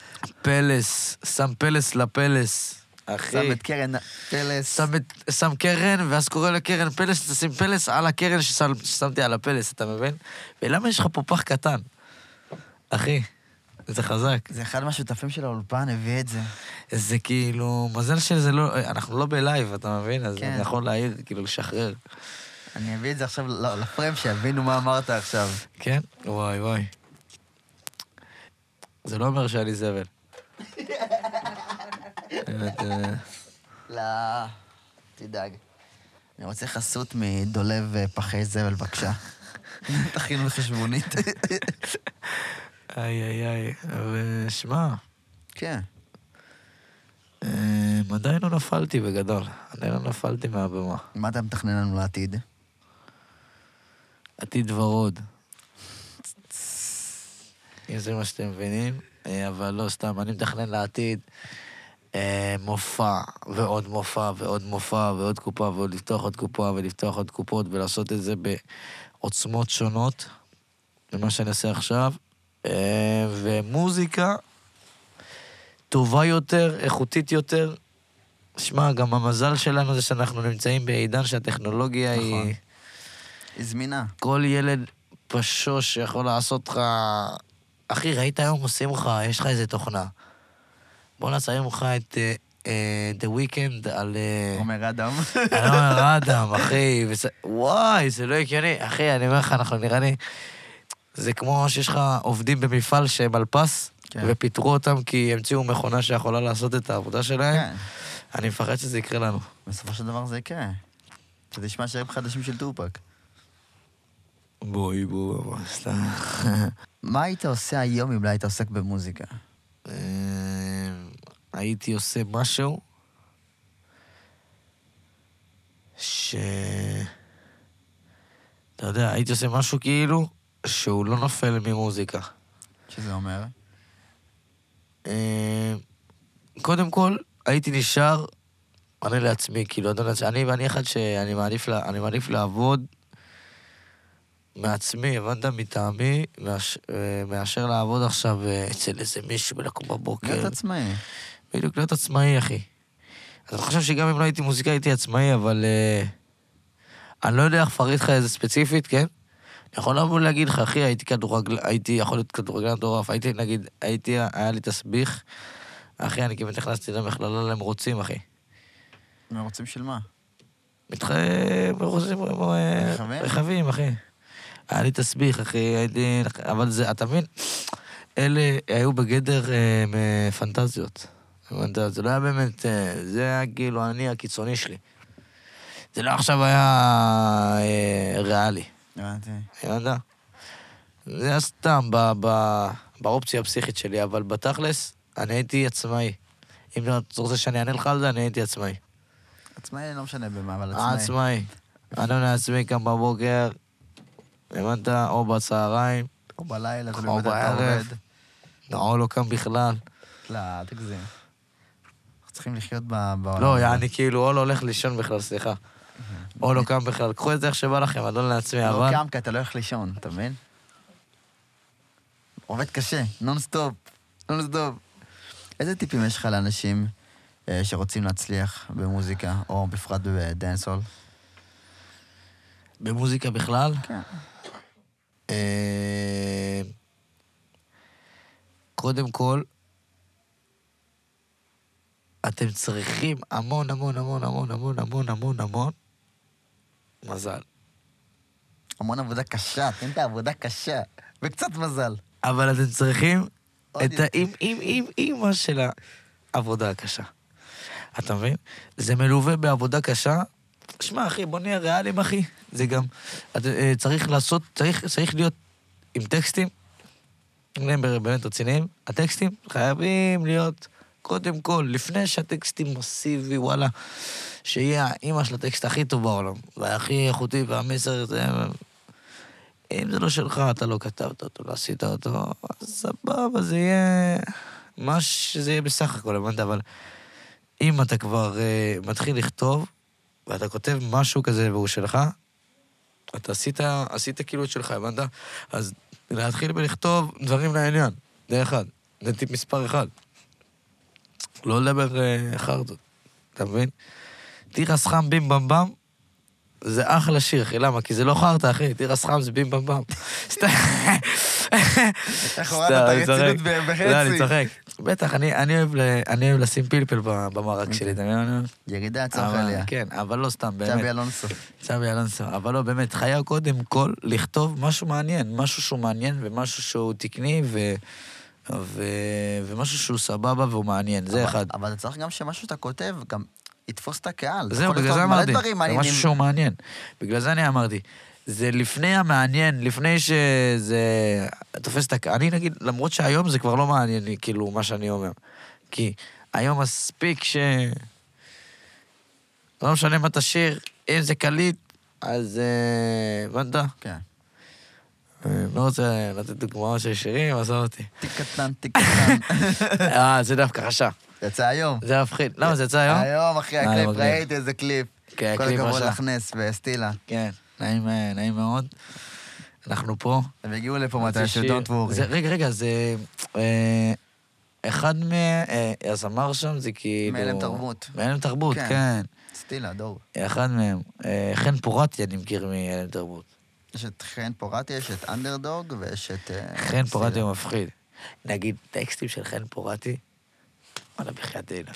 Speaker 2: פלס, שם פלס לפלס.
Speaker 1: שם
Speaker 2: אחי.
Speaker 1: את קרן פלס.
Speaker 2: שם, את- שם קרן, ואז קורא לקרן פלס, תשים פלס על הקרן ששם, ששמתי על הפלס, אתה מבין? ולמה יש לך פה פח קטן? אחי, זה חזק.
Speaker 1: זה אחד מהשותפים של האולפן הביא את זה.
Speaker 2: זה כאילו, מזל שזה לא, אנחנו לא בלייב, אתה מבין? אז
Speaker 1: כן.
Speaker 2: אני יכול להעיר, כאילו, לשחרר.
Speaker 1: אני אביא את זה עכשיו ל- לפריים, שיבינו מה אמרת עכשיו.
Speaker 2: כן? וואי, וואי. זה לא אומר שהיה לי זבל. באמת, אה,
Speaker 1: לא, תדאג. אני רוצה חסות מדולב אה, פחי זבל, בבקשה. תכינו לחשבונית.
Speaker 2: איי, איי, איי. אבל שמע,
Speaker 1: כן.
Speaker 2: אה, עדיין לא נפלתי בגדול. עדיין לא נפלתי מהבמה.
Speaker 1: מה אתה מתכנן לנו לעתיד?
Speaker 2: עתיד ורוד. אם זה מה שאתם מבינים, אה, אבל לא סתם, אני מתכנן לעתיד אה, מופע, ועוד מופע, ועוד מופע, ועוד קופה, ועוד לפתוח עוד קופה, ולפתוח עוד קופות, ולעשות את זה בעוצמות שונות ממה שאני עושה עכשיו. אה, ומוזיקה טובה יותר, איכותית יותר. שמע, גם המזל שלנו זה שאנחנו נמצאים בעידן שהטכנולוגיה
Speaker 1: נכון.
Speaker 2: היא...
Speaker 1: היא זמינה.
Speaker 2: כל ילד פשוש יכול לעשות לך... אחי, ראית היום עושים לך, יש לך איזה תוכנה. בואנה, שמים לך את אה, אה, The Weeknd על... אה,
Speaker 1: עומר אדם.
Speaker 2: אני אומר, אדם, אחי, וס... וואי, זה לא הגיוני. אחי, אני אומר לך, אנחנו נראה לי... זה כמו שיש לך עובדים במפעל שהם על פס,
Speaker 1: כן.
Speaker 2: ופיטרו אותם כי המציאו מכונה שיכולה לעשות את העבודה שלהם.
Speaker 1: כן.
Speaker 2: אני מפחד שזה יקרה לנו.
Speaker 1: בסופו של דבר זה יקרה. אתה תשמע שירים חדשים של טופק.
Speaker 2: בואי, בואי, סתם.
Speaker 1: מה היית עושה היום אם לא היית עוסק במוזיקה?
Speaker 2: אה, הייתי עושה משהו ש... אתה יודע, הייתי עושה משהו כאילו שהוא לא נופל ממוזיקה.
Speaker 1: שזה אומר?
Speaker 2: אה, קודם כל, הייתי נשאר, אני לעצמי, כאילו, אדון לעצמי, אני, אני אחד שאני מעדיף, לה, אני מעדיף לעבוד מעצמי, הבנת? מטעמי, מאש, אה, מאשר לעבוד עכשיו אה, אצל איזה מישהו ולקום בבוקר.
Speaker 1: להיות עצמאי.
Speaker 2: בדיוק, להיות עצמאי, אחי. אז אני חושב שגם אם לא הייתי מוזיקאי, הייתי עצמאי, אבל... אה, אני לא יודע איך לפרט לך איזה ספציפית, כן? אני יכול לבוא להגיד לך, אחי, הייתי כדורגל... הייתי יכול להיות כדורגלן מטורף, הייתי, נגיד, הייתי, היה לי תסביך. אחי, אני כמעט נכנסתי למכללה למרוצים, אחי.
Speaker 1: מרוצים לא של מה?
Speaker 2: מתח... מרוצים, אה,
Speaker 1: רכבים?
Speaker 2: רכבים, אחי. היה לי תסביך, אחי, הייתי... אבל זה, אתה מבין? אלה היו בגדר אה, מ- פנטזיות. הבנת? זה לא היה באמת... אה, זה היה כאילו אני הקיצוני שלי. זה לא עכשיו היה אה, ריאלי.
Speaker 1: הבנתי.
Speaker 2: הבנת? זה היה סתם ב, ב, באופציה הפסיכית שלי, אבל בתכלס, אני הייתי עצמאי. אם אתה רוצה שאני אענה לך על זה, אני הייתי עצמאי.
Speaker 1: עצמאי לא משנה במה, אבל עצמאי.
Speaker 2: אה, עצמאי. אני עונה עצמי קם בבוקר, הבנת? או בצהריים,
Speaker 1: או בלילה, תלוי
Speaker 2: או
Speaker 1: מתי אתה
Speaker 2: בערב.
Speaker 1: עובד.
Speaker 2: או לא קם בכלל.
Speaker 1: לא, אל תגזים. אנחנו צריכים לחיות ב- בעולם.
Speaker 2: לא,
Speaker 1: הזה.
Speaker 2: יעני כאילו, או לא הולך לישון בכלל, סליחה. או לא קם בכלל. קחו את זה איך שבא לכם, אדון לעצמי,
Speaker 1: לא
Speaker 2: אבל...
Speaker 1: קם כי אתה לא הולך לישון, אתה מבין? עובד קשה, נונסטופ, נונסטופ. איזה טיפים יש לך לאנשים אה, שרוצים להצליח במוזיקה, או בפרט בדנסול?
Speaker 2: במוזיקה בכלל?
Speaker 1: כן.
Speaker 2: אה, קודם כל, אתם צריכים המון, המון, המון, המון, המון, המון, המון, המון מזל.
Speaker 1: המון עבודה קשה, תן את העבודה קשה, וקצת מזל.
Speaker 2: אבל אתם צריכים
Speaker 1: עוד
Speaker 2: את
Speaker 1: יותר.
Speaker 2: האימא של העבודה הקשה. אתה מבין? זה מלווה בעבודה קשה. שמע, אחי, בוא נהיה ריאליים, אחי. זה גם... את, אה, צריך לעשות, צריך, צריך להיות עם טקסטים. אם הם באמת רציניים, הטקסטים חייבים להיות, קודם כל, לפני שהטקסטים מסיבי, וואלה, שיהיה האימא של הטקסט הכי טוב בעולם, והכי איכותי, והמסר זה... אם זה לא שלך, אתה לא כתבת אותו, לא עשית אותו, אז סבבה, זה יהיה... מה שזה יהיה בסך הכל, הבנת? אבל אם אתה כבר אה, מתחיל לכתוב, ואתה כותב משהו כזה והוא שלך, אתה עשית, עשית כאילו את שלך, הבנת? אז להתחיל בלכתוב דברים לעניין, זה אחד. זה טיפ מספר אחד. לא לדבר אה, חרטות, אתה מבין? תירס חם בים במבם, זה אחלה שיר, אחי, למה? כי זה לא חרטא, אחי, תירס חם זה בים במבם. סתם.
Speaker 1: איך הורדת את הרצינות
Speaker 2: צוחק.
Speaker 1: ב- בחצי?
Speaker 2: לא, אני צוחק. בטח, אני אני אוהב ל- אני אוהב לשים פלפל ב- במרק שלי, אתה מבין? מה אני אומר?
Speaker 1: ירידה צורך
Speaker 2: אבל-
Speaker 1: עליה.
Speaker 2: כן, אבל לא סתם, באמת.
Speaker 1: צבי אלונסו.
Speaker 2: צבי אלונסו, אבל לא, באמת, חייב קודם כל לכתוב משהו מעניין, משהו שהוא מעניין ומשהו שהוא תקני ו... ו... ומשהו שהוא סבבה והוא מעניין, זה
Speaker 1: אבל-
Speaker 2: אחד.
Speaker 1: אבל אתה צריך גם שמשהו שאתה כותב, גם יתפוס את הקהל. אתה
Speaker 2: זהו,
Speaker 1: יכול
Speaker 2: בגלל
Speaker 1: לכתוב
Speaker 2: זה
Speaker 1: מלא
Speaker 2: אמרתי,
Speaker 1: דברים
Speaker 2: זה
Speaker 1: מעניינים.
Speaker 2: משהו שהוא מעניין. בגלל זה אני אמרתי. זה לפני המעניין, לפני שזה תופס את הקהל. אני נגיד, למרות שהיום זה כבר לא מעניין לי, כאילו, מה שאני אומר. כי היום מספיק ש... לא משנה מה תשאיר, אם זה קליט, אז... אה, הבנת?
Speaker 1: כן.
Speaker 2: אה, לא רוצה לתת דוגמאות של שירים, עזוב אותי.
Speaker 1: תיק קטן, תיק קטן.
Speaker 2: אה, זה דווקא חשע.
Speaker 1: יצא היום.
Speaker 2: זה מפחיד. למה, זה יצא היום?
Speaker 1: היום, אחי,
Speaker 2: אה,
Speaker 1: הקליפ,
Speaker 2: מגניב.
Speaker 1: ראית איזה קליפ.
Speaker 2: כן,
Speaker 1: כל
Speaker 2: הקליפ
Speaker 1: הכבוד
Speaker 2: רשע.
Speaker 1: לך נס וסטילה.
Speaker 2: כן, נעים, אה, נעים מאוד. אנחנו פה.
Speaker 1: הם הגיעו לפה
Speaker 2: זה
Speaker 1: מתי של
Speaker 2: שיר.
Speaker 1: דונט וורי.
Speaker 2: זה- רגע, רגע, זה... אה, אחד מה... אה, הזמר שם זה כאילו...
Speaker 1: מהלם תרבות.
Speaker 2: מהלם תרבות,
Speaker 1: כן.
Speaker 2: כן.
Speaker 1: סטילה, דור.
Speaker 2: אחד מהם. אה, חן פורטי אני מכיר מהלם תרבות.
Speaker 1: יש את חן פורטי, יש את אנדרדוג ויש את... אה,
Speaker 2: חן פורטי
Speaker 1: סטילה.
Speaker 2: הוא מפחיד. נגיד, טקסטים של חן פורטי, וואלה, בחייאת דינק.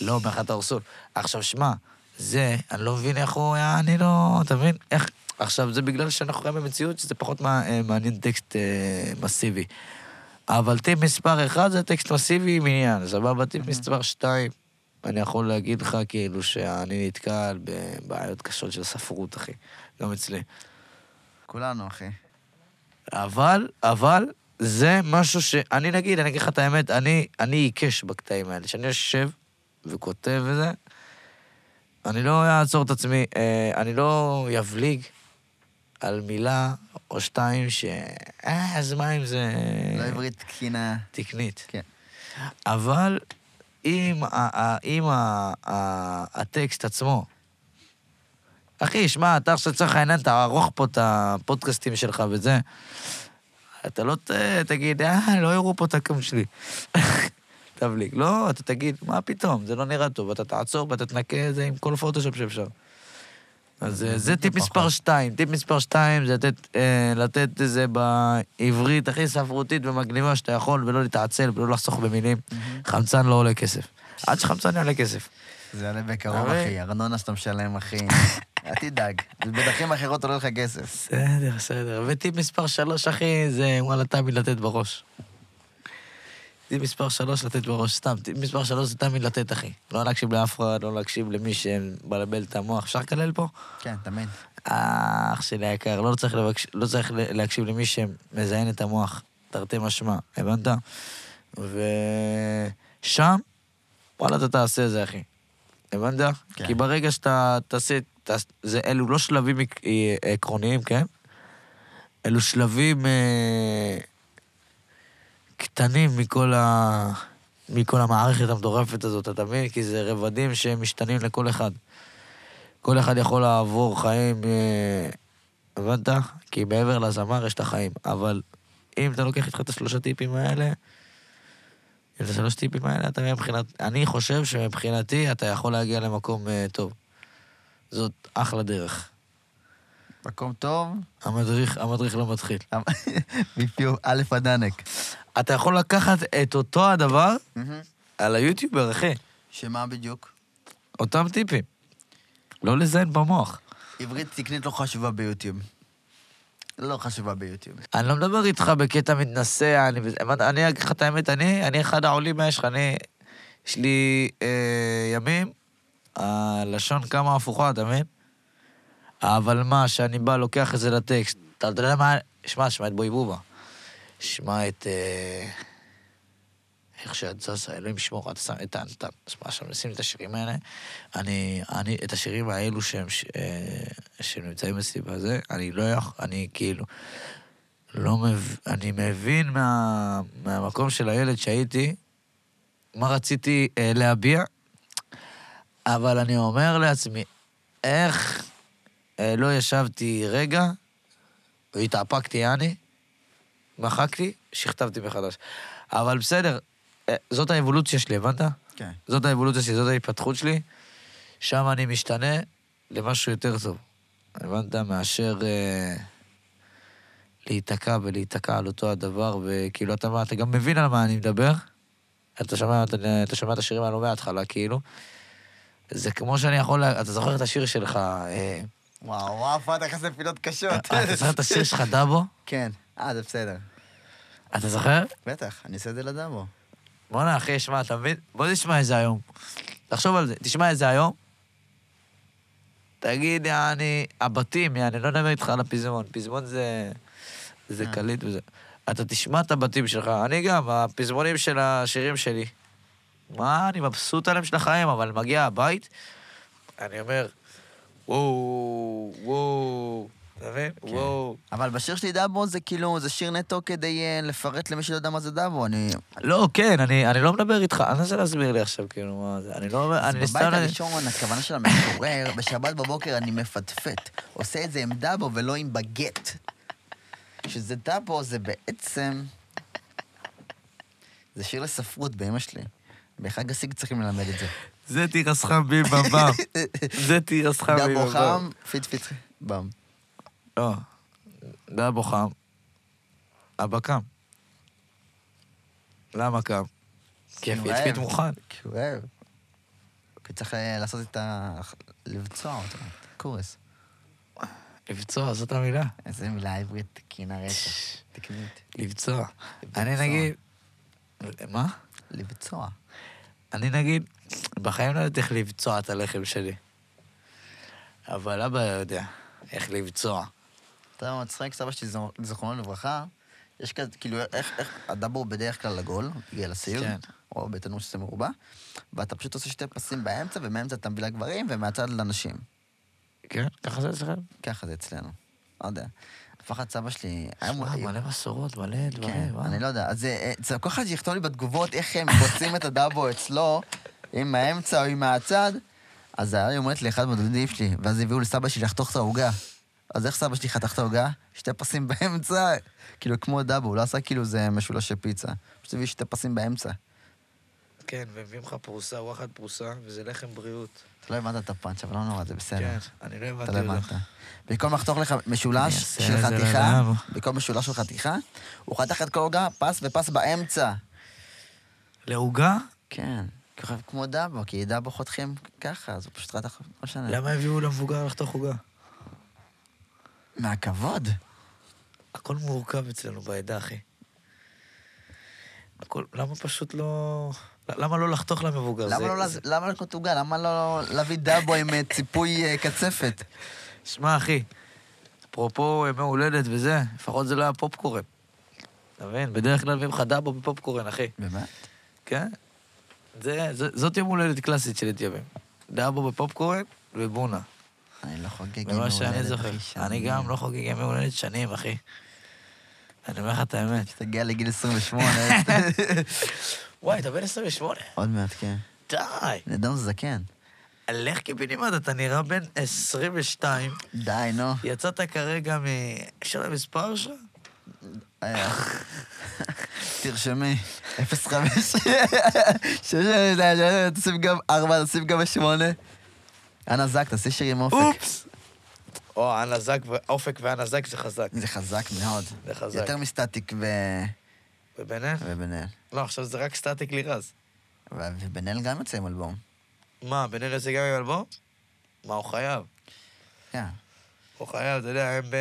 Speaker 2: לא, באחת האורסול. עכשיו, שמע, זה, אני לא מבין איך הוא היה, אני לא... אתה מבין? איך... עכשיו, זה בגלל שאנחנו חיים במציאות שזה פחות מע- אה, מעניין טקסט אה, מסיבי. אבל טיפ מספר אחד זה טקסט מסיבי עם עניין, סבבה? טיפ מספר שתיים, אני יכול להגיד לך כאילו שאני נתקל בבעיות קשות של ספרות, אחי. גם אצלי.
Speaker 1: כולנו, אחי.
Speaker 2: אה. אבל, אבל, זה משהו ש... אני נגיד, אני אגיד לך את האמת, אני, אני עיקש בקטעים האלה. כשאני יושב וכותב וזה, אני לא אעצור את עצמי, אה, אני לא יבליג על מילה או שתיים ש... אה, אז מה אם זה...
Speaker 1: לא עברית תקינה.
Speaker 2: תקנית.
Speaker 1: כן.
Speaker 2: אבל אם, ה- ה- אם ה- ה- הטקסט עצמו... אחי, שמע, אתה עכשיו לצורך העניין, תערוך פה את הפודקאסטים שלך וזה. אתה לא ת, תגיד, אה, לא יראו פה את הקם שלי. תבליג. לא, אתה תגיד, מה פתאום, זה לא נראה טוב. אתה תעצור ואתה תנקה את זה עם כל פוטושופ שאפשר. אז אה, זה טיפ
Speaker 1: פחות.
Speaker 2: מספר 2. טיפ מספר 2 זה לתת, אה, לתת איזה בעברית הכי ספרותית ומגניבה שאתה יכול, ולא להתעצל ולא לחסוך במילים. חמצן לא עולה כסף. עד שחמצן יעלה כסף.
Speaker 1: זה יעלה בקרוב,
Speaker 2: הרי-
Speaker 1: אחי. ארנונה שאתה משלם, אחי. אל תדאג. זה בדרכים אחרות עולה לך כסף.
Speaker 2: בסדר, בסדר. וטיפ מספר 3, אחי, זה וואלה תמיד לתת בראש. טיפ מספר 3 לתת בראש, סתם. טיפ מספר 3 זה תמיד לתת, אחי. לא להקשיב לאף אחד, לא להקשיב למי שמבלבל את המוח. אפשר לקלל פה?
Speaker 1: כן, תמיד.
Speaker 2: אה, אח שלי היקר, לא צריך, לבקש, לא צריך ל- להקשיב למי שמזיין את המוח, תרתי משמע, הבנת? ושם, וואלה, אתה תעשה את זה, אחי. הבנת?
Speaker 1: כן.
Speaker 2: כי ברגע שאתה תעשה, תעש... זה, אלו לא שלבים עק- אה, עקרוניים, כן? אלו שלבים אה, קטנים מכל, ה... מכל המערכת המטורפת הזאת, אתה מבין? כי זה רבדים שמשתנים לכל אחד. כל אחד יכול לעבור חיים, אה, הבנת? כי מעבר לזמר יש את החיים. אבל אם אתה לוקח איתך את השלושה טיפים האלה, את השלוש טיפים האלה, אתה מבחינת... אני חושב שמבחינתי אתה יכול להגיע למקום אה, טוב. זאת אחלה דרך.
Speaker 1: מקום טוב,
Speaker 2: המדריך, המדריך לא מתחיל.
Speaker 1: מפיו א' עד ענק.
Speaker 2: אתה יכול לקחת את אותו הדבר על היוטיובר, אחי.
Speaker 1: שמה בדיוק?
Speaker 2: אותם טיפים. לא לזיין במוח.
Speaker 1: עברית תקנית לא חשובה ביוטיוב. לא חשובה ביוטיוב.
Speaker 2: אני לא מדבר איתך בקטע מתנשא, אני, הבנת? אני אגיד לך את האמת, אני, אני אחד העולים מהאש שלך, אני, יש לי אה, ימים, הלשון כמה הפוכה, אתה מבין? אבל מה, שאני בא, לוקח את זה לטקסט, אתה יודע מה, שמע, שמע את בוי בובה, שמע את... אה, איך שאת זזה, אלוהים ישמור, אתה שם, אתה, אתה, שמע, שם נשים את השירים האלה, אני, אני, את השירים האלו שהם, ש- אה, שנמצאים אצלי בזה, אני לא יכול, אני כאילו, לא מב... אני מבין מה... מהמקום של הילד שהייתי, מה רציתי אה, להביע, אבל אני אומר לעצמי, איך אה, לא ישבתי רגע, והתאפקתי, יעני, מחקתי, שכתבתי מחדש. אבל בסדר, אה, זאת האבולוציה שלי, הבנת?
Speaker 1: כן.
Speaker 2: זאת האבולוציה שלי, זאת ההתפתחות שלי. שם אני משתנה למשהו יותר טוב. הבנת? מאשר אה, להיתקע ולהיתקע על אותו הדבר, וכאילו, אתה, מה, אתה גם מבין על מה אני מדבר. אתה שומע, אתה, אתה שומע את השירים האלו מההתחלה, כאילו. זה כמו שאני יכול, לה- אתה זוכר את השיר שלך, אה,
Speaker 1: וואו, וואו, פאד, איך זה פינות קשות.
Speaker 2: אתה זוכר את השיר שלך, דאבו?
Speaker 1: כן. אה, זה בסדר.
Speaker 2: אתה זוכר?
Speaker 1: בטח, אני אעשה את זה לדאבו.
Speaker 2: בואנה, אחי, שמע, אתה מבין? בוא נשמע את זה היום. תחשוב על זה, תשמע את זה היום. תגיד, יעני, הבתים, יעני, לא נדבר איתך על הפזמון. פזמון זה... זה
Speaker 1: אה.
Speaker 2: קליט וזה. אתה תשמע את הבתים שלך, אני גם, הפזמונים של השירים שלי. מה, אני מבסוט עליהם של החיים, אבל מגיע הבית, אני אומר, וואו, וואו, אתה מבין?
Speaker 1: כן.
Speaker 2: וואו.
Speaker 1: אבל בשיר שלי דאבו זה כאילו, זה שיר נטו כדי אה, לפרט למי שלא יודע מה זה דאבו, אני...
Speaker 2: לא, כן, אני, אני לא מדבר איתך, אני מנסה להסביר לי עכשיו, כאילו, מה זה, אני לא אומר, אני
Speaker 1: אז
Speaker 2: סתם...
Speaker 1: בבית הראשון, הכוונה של המתעורר, בשבת בבוקר אני מפטפט. עושה את זה עם דאבו ולא עם בגט. שזה דאבו זה בעצם... זה שיר לספרות באמא שלי. בחג הסיג צריכים ללמד את זה.
Speaker 2: זה תירס חם בי בבם. זה תירס חם בי
Speaker 1: דאבו
Speaker 2: בבם.
Speaker 1: חם, פיט פיט במ.
Speaker 2: לא. דאבו חם. אבא קם. למה קם? כי
Speaker 1: נו,
Speaker 2: הפיצפיט
Speaker 1: אה.
Speaker 2: מוכן.
Speaker 1: כי הוא אוהב. כי צריך אה, לעשות את ה... לבצוע אותו. קורס.
Speaker 2: לבצוע, זאת המילה.
Speaker 1: איזה מילה עברית תקינה רצח. תקנית.
Speaker 2: לבצוע.
Speaker 1: לבצוע.
Speaker 2: אני נגיד... מה?
Speaker 1: לבצוע.
Speaker 2: אני נגיד, בחיים לא יודעת איך לבצוע את הלחם שלי. אבל אבא יודע איך לבצוע.
Speaker 1: אתה מצחיק, סבא שלי, זכר- זיכרונו לברכה, יש כזה, כאילו, איך, איך, הדאבור בדרך כלל עגול, הגיע לסיר,
Speaker 2: כן.
Speaker 1: או בתנור שזה מרובע, ואתה פשוט עושה שתי פסים באמצע, ומאמצע אתה מביא לגברים, ומהצד לנשים.
Speaker 2: כן? ככה זה אצלכם?
Speaker 1: ככה זה אצלנו. לא יודע. לפחד סבא שלי, היה מ-
Speaker 2: שמע, אה, מלא מסורות, מלא
Speaker 1: כן,
Speaker 2: דברים. וואו.
Speaker 1: אני לא יודע. אז אה, זה כל אחד יכתוב לי בתגובות איך הם פוצעים את הדאבו אצלו, עם האמצע או עם הצד. אז היא אומרת לאחד מהדודים שלי, ואז הביאו לסבא שלי לחתוך את העוגה. אז איך סבא שלי חתך את העוגה? שתי פסים באמצע, כאילו כמו דאבו, הוא לא עשה כאילו זה משולשי פיצה. פשוט הביא שתי פסים באמצע.
Speaker 2: כן, ומביאים לך פרוסה, וואחד פרוסה, וזה לחם בריאות.
Speaker 1: אתה לא הבנת את הפאנץ', אבל לא נורא, זה בסדר.
Speaker 2: כן, אני לא
Speaker 1: אתה לא
Speaker 2: הבנתי
Speaker 1: הבנת.
Speaker 2: אותך.
Speaker 1: במקום לחתוך לך משולש
Speaker 2: אני אעשה
Speaker 1: של
Speaker 2: את זה
Speaker 1: חתיכה,
Speaker 2: לעולם.
Speaker 1: במקום משולש של חתיכה, הוא חתך את כל העוגה, פס ופס באמצע.
Speaker 2: לעוגה?
Speaker 1: כן, ככה כמו דאבו, כי דאבו חותכים ככה, אז הוא פשוט רתח, לא משנה.
Speaker 2: למה הביאו למבוגר לחתוך עוגה?
Speaker 1: מהכבוד.
Speaker 2: הכל מורכב אצלנו בעדה, אחי. הכל, למה פשוט לא... למה לא לחתוך למבוגר?
Speaker 1: למה
Speaker 2: זה-
Speaker 1: לא
Speaker 2: זה-
Speaker 1: לז- למה לקנות עוגה? למה לא להביא דאבו עם אה, ציפוי אה, קצפת?
Speaker 2: שמע, אחי, אפרופו ימי הולדת וזה, לפחות זה לא היה פופקורן. אתה מבין? בדרך כלל מביאים לך דאבו בפופקורן, אחי.
Speaker 1: באמת?
Speaker 2: כן? זה, זה- זאת יום הולדת קלאסית של אתיופים. דאבו בפופקורן ובונה.
Speaker 1: אני לא חוגג יום
Speaker 2: ממה
Speaker 1: הולדת,
Speaker 2: שאני זוכר.
Speaker 1: אחי, שנים.
Speaker 2: אני גם לא חוגג ימי הולדת שנים, אחי. אני אומר לך את האמת.
Speaker 1: תגיע לגיל 28,
Speaker 2: וואי, אתה בן 28?
Speaker 1: עוד מעט, כן.
Speaker 2: די.
Speaker 1: נדום זקן.
Speaker 2: לך קיבינימט, אתה נראה בן 22.
Speaker 1: די, נו.
Speaker 2: יצאת כרגע מ... יש על המספר שלך?
Speaker 1: אה, תרשמי, 05. תשים גם 4, תשים גם 8. אנה זק, תעשי שיר עם אופק.
Speaker 2: אופס! או, הנזק, ו- אופק והנזק זה חזק.
Speaker 1: זה חזק מאוד.
Speaker 2: זה חזק.
Speaker 1: יותר מסטטיק ו...
Speaker 2: וביניהם?
Speaker 1: ובן-אל.
Speaker 2: לא, עכשיו זה רק סטטיק לירז.
Speaker 1: ו- ובן-אל גם יוצא עם אלבום.
Speaker 2: מה, ביניהם יוצא גם עם אלבום? מה, הוא חייב.
Speaker 1: כן.
Speaker 2: הוא חייב, אתה יודע, הם ב...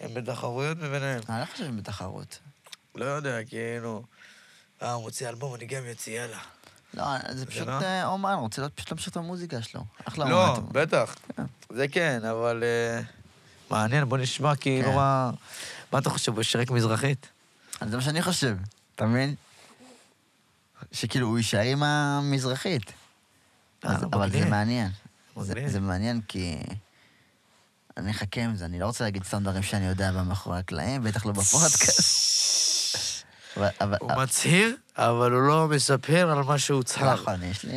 Speaker 2: הם בתחרויות מביניהם.
Speaker 1: אני לא חושב שהם בתחרות.
Speaker 2: לא יודע, כאילו... אה, הוא מוציא אלבום, אני גם יוצא, יאללה.
Speaker 1: לא, זה פשוט
Speaker 2: לא?
Speaker 1: אה, אומן, הוא רוצה להיות- פשוט להמשיך את המוזיקה שלו. אחלה
Speaker 2: לא,
Speaker 1: אומן.
Speaker 2: בטח. זה כן, אבל... אה, מעניין, בוא נשמע כאילו
Speaker 1: כן.
Speaker 2: מה... מה אתה חושב, הוא שירק מזרחית?
Speaker 1: אז זה מה שאני חושב, אתה מבין? שכאילו, הוא יישאר עם המזרחית.
Speaker 2: אה,
Speaker 1: אז-
Speaker 2: לא,
Speaker 1: אבל
Speaker 2: מגניב.
Speaker 1: זה מעניין. זה-
Speaker 2: מגניב.
Speaker 1: זה מעניין כי... אני אחכה עם זה, אני לא רוצה להגיד סתם דברים שאני יודע במאחורי הקלעים, בטח לא בפודקאסט. אבל- אבל...
Speaker 2: הוא מצהיר, אבל הוא לא מספר על מה שהוא צהר.
Speaker 1: נכון, יש לי...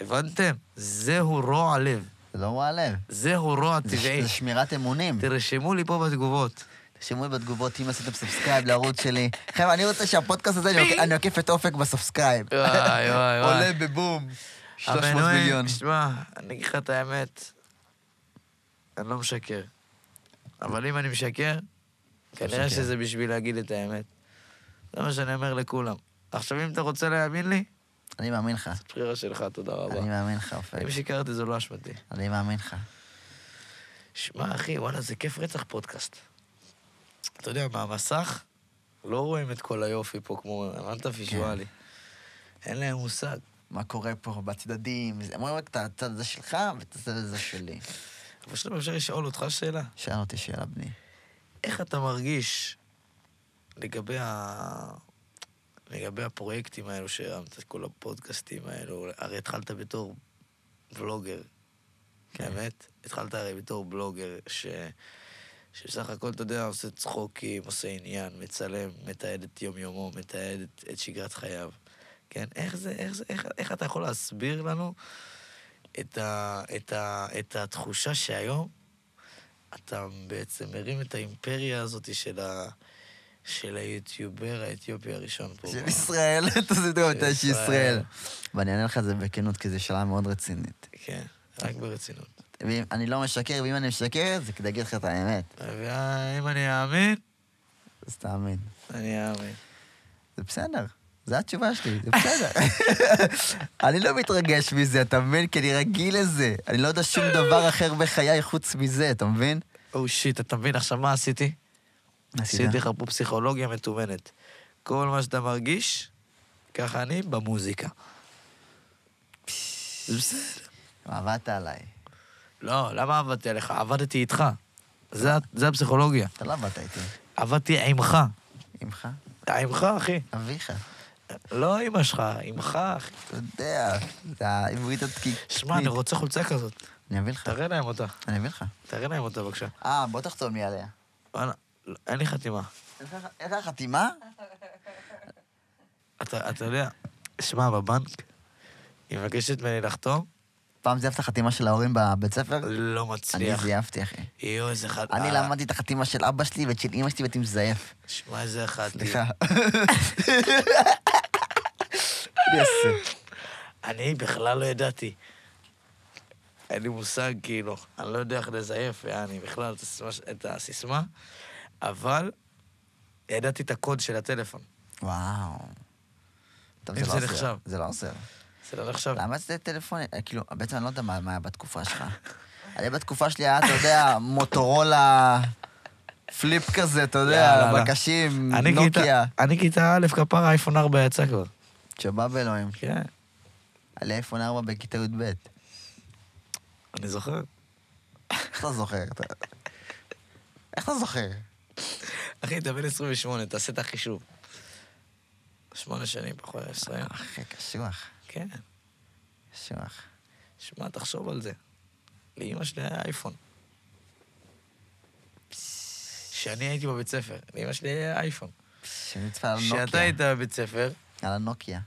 Speaker 2: הבנתם? זהו רוע לב.
Speaker 1: זה לא רוע לב.
Speaker 2: זהו רוע
Speaker 1: זה ש-
Speaker 2: טבעי.
Speaker 1: זה שמירת אמונים.
Speaker 2: תרשמו לי פה בתגובות.
Speaker 1: תרשמו לי בתגובות אם עשיתם סאבסקרייב לערוץ שלי. חבר'ה, אני רוצה שהפודקאסט הזה, אני עוק- אני עוקף את אופק בסאבסקרייב.
Speaker 2: וואי, וואי, וואי.
Speaker 1: עולה בבום. 300
Speaker 2: אבל נועם,
Speaker 1: מיליון.
Speaker 2: תשמע, אני אגיד לך את האמת, אני לא משקר. אבל אם אני משקר, כנראה
Speaker 1: לא משקר.
Speaker 2: שזה בשביל להגיד את האמת. זה מה שאני אומר לכולם. עכשיו, אם אתה רוצה להאמין לי,
Speaker 1: אני מאמין לך.
Speaker 2: זאת בחירה שלך, תודה רבה.
Speaker 1: אני מאמין לך, אופק.
Speaker 2: אם שיקרתי, זו לא אשמתי.
Speaker 1: אני מאמין לך.
Speaker 2: שמע, אחי, וואלה, זה כיף רצח פודקאסט. אתה יודע, מהמסך לא רואים את כל היופי פה כמו... הבנת
Speaker 1: כן.
Speaker 2: ויזואלי. אין להם מושג.
Speaker 1: מה קורה פה בצדדים? הם אומרים רק את הצד הזה שלך ואת הצד הזה שלי.
Speaker 2: אבל שלום, אפשר לשאול אותך שאלה?
Speaker 1: שאל אותי שאלה, בני.
Speaker 2: איך אתה מרגיש לגבי, ה... לגבי הפרויקטים האלו שהרמת, כל הפודקאסטים האלו? הרי התחלת בתור בלוגר, כן. האמת? התחלת הרי בתור בלוגר ש... שבסך הכל, אתה יודע, עושה צחוקים, עושה עניין, מצלם, מתעד את יום-יומו, מתעד את, את שגרת חייו. כן? איך זה, איך זה, איך, איך אתה יכול להסביר לנו את, ה, את, ה, את התחושה שהיום אתה בעצם מרים את האימפריה הזאת של, ה, של היוטיובר האתיופי הראשון פה.
Speaker 1: של
Speaker 2: ב-
Speaker 1: ישראל, אתה יודע, אתה יודע
Speaker 2: של
Speaker 1: שישראל.
Speaker 2: ישראל.
Speaker 1: ואני אענה לך את זה בכנות, כי זו שאלה מאוד רצינית.
Speaker 2: כן, רק ברצינות.
Speaker 1: ואם- אני לא משקר, ואם אני משקר, זה כדי להגיד לך את האמת.
Speaker 2: ואם אני אאמין,
Speaker 1: אז תאמין.
Speaker 2: אני אאמין.
Speaker 1: זה בסדר. זו התשובה שלי, זה בסדר. אני לא מתרגש מזה, אתה מבין? כי אני רגיל לזה. אני לא יודע שום דבר אחר בחיי חוץ מזה, אתה מבין?
Speaker 2: או שיט, Oh, אתה מבין עכשיו מה עשיתי?
Speaker 1: עשית?
Speaker 2: עשיתי לך פה פסיכולוגיה מתומנת. כל מה שאתה מרגיש, ככה אני במוזיקה. זה בסדר.
Speaker 1: עבדת עליי.
Speaker 2: לא, למה עבדתי עליך? עבדתי איתך. זה ה- זה הפסיכולוגיה.
Speaker 1: אתה לא עבדת איתי.
Speaker 2: עבדתי עמך.
Speaker 1: עמך?
Speaker 2: עמך, אחי.
Speaker 1: אביך.
Speaker 2: לא אמא שלך, עמך, אחי.
Speaker 1: אתה יודע, זה העברית הדקיקית.
Speaker 2: שמע, אני רוצה חולצה כזאת.
Speaker 1: אני אביא לך.
Speaker 2: תראה להם אותה.
Speaker 1: אני אביא לך.
Speaker 2: תראה להם אותה, בבקשה.
Speaker 1: אה, בוא תחתום לי עליה.
Speaker 2: וואלה, לא, אין לי חתימה.
Speaker 1: איך החתימה?
Speaker 2: אתה אתה יודע, שמע, בבנק, היא מבקשת ממני לחתום,
Speaker 1: פעם זייפת חתימה של ההורים בבית ספר?
Speaker 2: לא
Speaker 1: אני
Speaker 2: מצליח.
Speaker 1: זייפתי, אחי.
Speaker 2: יואו, איזה חת...
Speaker 1: אני
Speaker 2: אה,
Speaker 1: למדתי את החתימה של אבא שלי ואת של אמא שלי והייתי מזייף.
Speaker 2: שמע, איזה כאילו. אחת.
Speaker 1: סליחה. יס.
Speaker 2: אני בכלל לא ידעתי. אין לי מושג, כאילו, אני לא יודע איך לזייף, יעני, בכלל, את הסיסמה- את הסיסמה, אבל ידעתי את הקוד של הטלפון.
Speaker 1: וואו. טוב,
Speaker 2: אם
Speaker 1: לא
Speaker 2: זה
Speaker 1: עוזר.
Speaker 2: נחשב.
Speaker 1: זה לא עוזר.
Speaker 2: זה לא נחשב.
Speaker 1: למה זה טלפון? אה, כאילו, בעצם אני לא יודע מה מה היה בתקופה שלך. היה בתקופה שלי היה, אתה יודע, מוטורולה, פליפ כזה, אתה יודע,
Speaker 2: יאללה, לא.
Speaker 1: בקשים,
Speaker 2: אני
Speaker 1: נוקיה.
Speaker 2: כיתה- אני כיתה א', כפרה, אייפון 4 יצא כבר.
Speaker 1: שבא באלוהים.
Speaker 2: כן,
Speaker 1: היה לי אייפון 4 בכיתה י"ב.
Speaker 2: אני זוכר.
Speaker 1: איך אתה זוכר? אתה- איך אתה זוכר?
Speaker 2: אחי, אתה בן 28, תעשה את החישוב. שמונה שנים פחות 20.
Speaker 1: אחי, קשוח.
Speaker 2: כן.
Speaker 1: קשוח.
Speaker 2: שמע, תחשוב על זה. לאימא שלי היה אייפון. כשאני הייתי בבית ספר, לאימא שלי היה אייפון.
Speaker 1: שנצפה על נוקיה.
Speaker 2: כשאתה היית בבית ספר,
Speaker 1: על הנוקיה.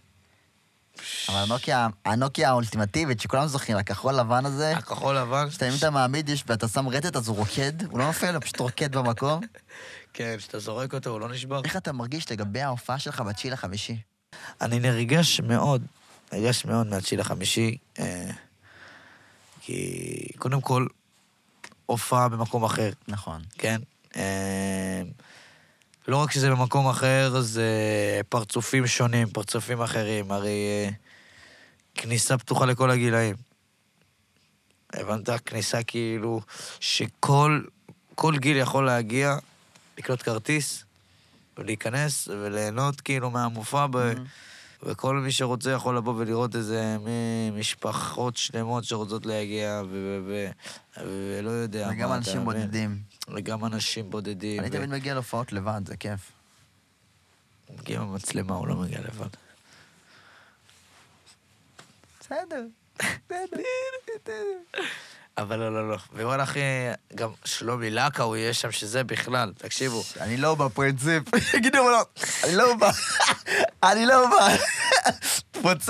Speaker 1: אבל הנוקיה, הנוקיה האולטימטיבית, שכולם זוכרים, הכחול לבן הזה,
Speaker 2: הכחול לבן,
Speaker 1: שאתה אם אתה מעמיד איש ואתה שם רטט אז הוא רוקד, הוא לא נופל, הוא פשוט רוקד במקום.
Speaker 2: כן, כשאתה זורק אותו, הוא לא נשבר.
Speaker 1: איך אתה מרגיש לגבי ההופעה שלך בתשיעי לחמישי?
Speaker 2: אני נרגש מאוד, נרגש מאוד מהתשיעי לחמישי, אה, כי קודם כל, הופעה במקום אחר.
Speaker 1: נכון.
Speaker 2: כן. אה, לא רק שזה במקום אחר, זה פרצופים שונים, פרצופים אחרים. הרי אה, כניסה פתוחה לכל הגילאים. הבנת? כניסה כאילו שכל כל גיל יכול להגיע, לקנות כרטיס, ולהיכנס וליהנות כאילו מהמופע, ב...
Speaker 1: Mm-hmm.
Speaker 2: וכל מי שרוצה יכול לבוא ולראות איזה מ- משפחות שלמות שרוצות להגיע, ו- ו... ו... ולא יודע מה,
Speaker 1: וגם
Speaker 2: אתה
Speaker 1: אנשים
Speaker 2: מבין?
Speaker 1: בודדים.
Speaker 2: וגם אנשים בודדים.
Speaker 1: אני
Speaker 2: ו-
Speaker 1: תמיד מגיע להופעות לבד, זה כיף.
Speaker 2: הוא מגיע עם המצלמה, הוא לא מגיע לבד.
Speaker 1: בסדר. בסדר.
Speaker 2: אבל לא, לא, לא. ווואלה, אחי, גם שלומי לקאו יהיה שם, שזה בכלל, תקשיבו.
Speaker 1: אני לא בא פרינציפ. יגידו לו, אני לא בא. אני לא בא. פוצץ.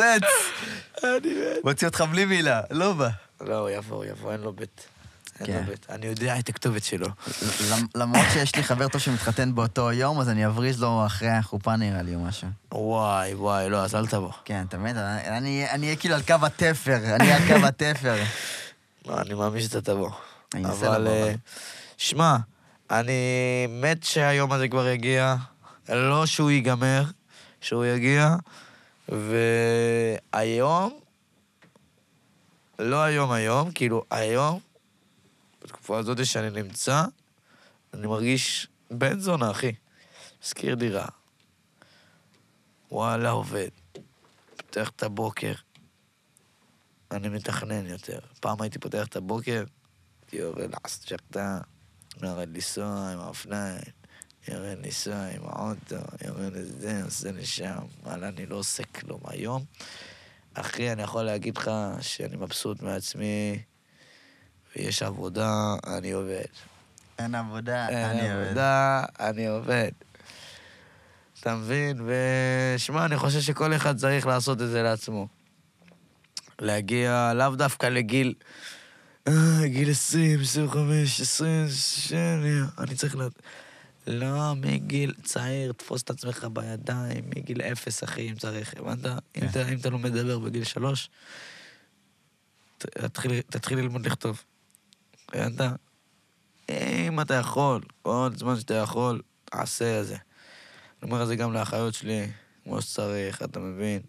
Speaker 2: אני מת.
Speaker 1: מוציא אותך בלי מילה, לא בא.
Speaker 2: לא, הוא יבוא, הוא יבוא, אין לו בית. אין
Speaker 1: כן.
Speaker 2: לו בית. אני יודע את הכתובת שלו.
Speaker 1: למ- למרות שיש לי חבר טוב שמתחתן באותו יום, אז אני אבריז לו אחרי החופה נראה לי או משהו.
Speaker 2: וואי, וואי, לא, אז אל תבוא.
Speaker 1: כן, אתה מבין? אני אני אהיה כאילו על קו התפר, אני על קו התפר.
Speaker 2: לא, אני מאמין שאתה תבוא.
Speaker 1: אני אנסה
Speaker 2: אבל...
Speaker 1: לבוא, אבל.
Speaker 2: אה, שמע, אני מת שהיום הזה כבר יגיע. לא שהוא ייגמר, שהוא יגיע. והיום, לא היום היום, כאילו היום, בתקופה הזאת שאני נמצא, אני מרגיש בן זונה, אחי. מזכיר דירה. וואלה, עובד. פותח את הבוקר. אני מתכנן יותר. פעם הייתי פותח את הבוקר, הייתי יורד לעשות שקטה, יורד לנסוע עם האופניים, יורד לנסוע עם האוטו, יורד לזה, עושה לשם. וואלה, אני לא עושה כלום היום. אחי, אני יכול להגיד לך שאני מבסוט מעצמי, ויש עבודה, אני עובד.
Speaker 1: אין עבודה,
Speaker 2: אין
Speaker 1: אני עובד.
Speaker 2: אה, עבודה, אני עובד. אתה מבין? ושמע, אני חושב שכל אחד צריך לעשות את זה לעצמו. להגיע לאו דווקא לגיל... אה, גיל 20, 25, 20, שנייה, אני צריך ל... לא, מגיל צעיר, תפוס את עצמך בידיים, מגיל אפס, אחי, אם צריך, הבנת? אם אתה-
Speaker 1: כן.
Speaker 2: אם אתה לא מדבר בגיל שלוש, ת- תתחיל- תתחיל ללמוד לכתוב. הבנת? אם אתה יכול, כל זמן שאתה יכול, תעשה את זה. אני אומר את זה גם לאחיות שלי, כמו שצריך, אתה מבין?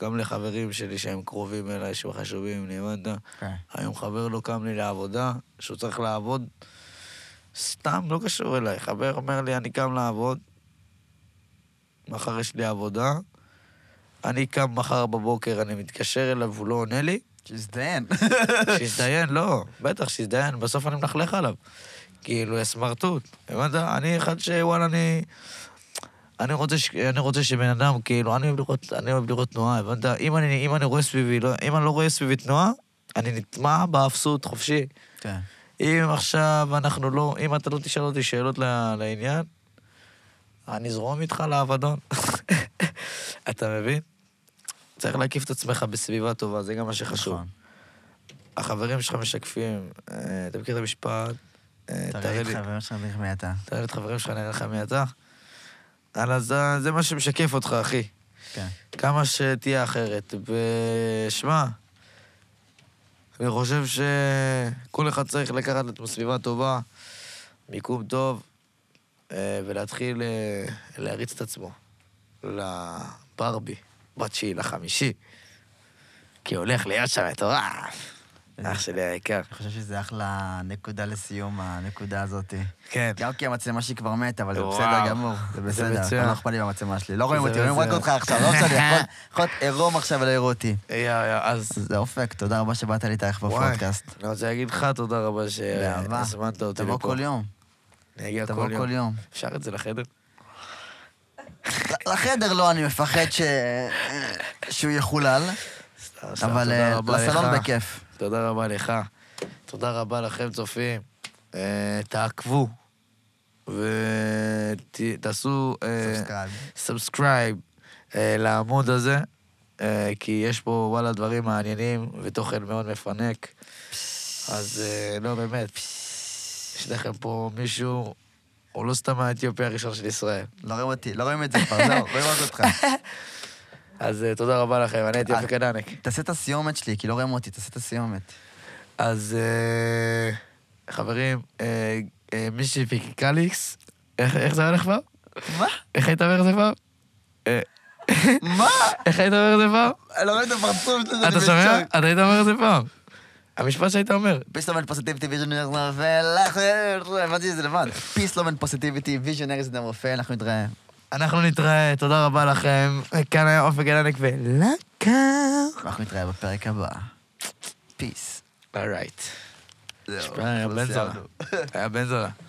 Speaker 2: גם לחברים שלי שהם קרובים אליי, שהם חשובים לי, הבנת?
Speaker 1: אוקיי.
Speaker 2: היום חבר לא קם לי לעבודה, שהוא צריך לעבוד, סתם, לא קשור אליי. חבר אומר לי, אני קם לעבוד, מחר יש לי עבודה, אני קם מחר בבוקר, אני מתקשר אליו והוא לא עונה לי,
Speaker 1: שיזדיין.
Speaker 2: שיזדיין, לא, בטח, שיזדיין, בסוף אני מלכלך עליו. כאילו, יא סמרטוט. הבנת? אני אחד שוואלה, אני... אני רוצה, ש... אני רוצה שבן אדם, כאילו, אני אוהב לראות, אני אוהב לראות תנועה, הבנת? אם אני, אם אני רואה סביבי, לא, אם אני לא רואה סביבי תנועה, אני נטמע באפסות חופשי.
Speaker 1: כן.
Speaker 2: אם עכשיו אנחנו לא, אם אתה לא תשאל אותי שאלות ל- לעניין, אני אזרום איתך לאבדון. אתה מבין? צריך להקיף את עצמך בסביבה טובה, זה גם מה שחשוב.
Speaker 1: נכון.
Speaker 2: החברים שלך משקפים, אה, אתה מכיר את המשפט? אה,
Speaker 1: תראה לי חבר שלך דרך מי אתה.
Speaker 2: תראה לי את חברים שלך, אני אראה לך מי אתה. יאללה, אה, זה- זה מה שמשקף אותך, אחי.
Speaker 1: כן.
Speaker 2: כמה שתהיה אחרת. ושמע, אני חושב שכל אחד צריך לקחת לעצמו סביבה טובה, מיקום טוב, אה, ולהתחיל אה, להריץ את עצמו לברבי, בתשיעי לחמישי. כי הולך להיות שם מטורף. אח שלי היקר.
Speaker 1: אני חושב שזה אחלה נקודה לסיום הנקודה הזאת.
Speaker 2: כן.
Speaker 1: גם כי המצלמה שלי כבר מתה, אבל זה
Speaker 2: וואו.
Speaker 1: בסדר גמור. זה בסדר,
Speaker 2: מצוין.
Speaker 1: אבל לא אכפת לי מהמצלמה שלי. לא רואים
Speaker 2: זה
Speaker 1: אותי, רואים רק
Speaker 2: בסדר.
Speaker 1: אותך עכשיו, לא משנה, יכול- יכול להיות עירום עכשיו ולא יראו אותי.
Speaker 2: יא, יא, אז...
Speaker 1: אז זה אופק, תודה רבה שבאת להתארח
Speaker 2: וואי,
Speaker 1: בפודקאסט.
Speaker 2: אני רוצה להגיד לך תודה רבה
Speaker 1: באהבה.
Speaker 2: שהזמנת אותי
Speaker 1: תבוא
Speaker 2: לפה.
Speaker 1: כל יום,
Speaker 2: אני אגיע
Speaker 1: תבוא כל יום.
Speaker 2: אפשר את זה לחדר?
Speaker 1: לחדר לא, אני מפחד ש... שהוא יחולל,
Speaker 2: סתם, סתם,
Speaker 1: אבל
Speaker 2: תודה
Speaker 1: אה,
Speaker 2: רבה
Speaker 1: לסלון
Speaker 2: לך.
Speaker 1: בכיף.
Speaker 2: תודה רבה לך. תודה רבה לכם, צופים. אה, תעקבו ותעשו
Speaker 1: Subscribe.
Speaker 2: סאבסקרייב לעמוד הזה, אה, כי יש פה וואלה דברים מעניינים ותוכן מאוד מפנק. אז אה, לא, באמת, יש לכם פה מישהו, הוא לא סתם האתיופי הראשון של ישראל.
Speaker 1: לא רואים אותי, לא רואים את זה כבר, זהו, רואים רק אותך.
Speaker 2: אז אה, תודה רבה לכם, אני אתיופי קנניק.
Speaker 1: תעשה את הסיומת שלי, כי לא רואים אותי, תעשה את הסיומת.
Speaker 2: אז אה, חברים, אה, אה, מי שהפיק קליקס, איך איך זה הולך כבר?
Speaker 1: מה?
Speaker 2: איך היית אומר את זה כבר? אה,
Speaker 1: מה?
Speaker 2: איך היית אומר את זה פעם?
Speaker 1: אני לא רואה את הפרצוף שלך,
Speaker 2: אתה שומע? אתה היית אומר את זה פעם. המשפט שהיית אומר.
Speaker 1: פיס לומן פוזיטיביטי ויז'נר ולכן, הבנתי את זה לבד. פיס לומן פוזיטיביטי ויז'נר זה רופא, אנחנו נתראה.
Speaker 2: אנחנו נתראה, תודה רבה לכם. כאן היה אופק אלניק ולקה.
Speaker 1: אנחנו נתראה בפרק הבא. פיס.
Speaker 2: אורייט. היה בן זונה. היה בן זונה.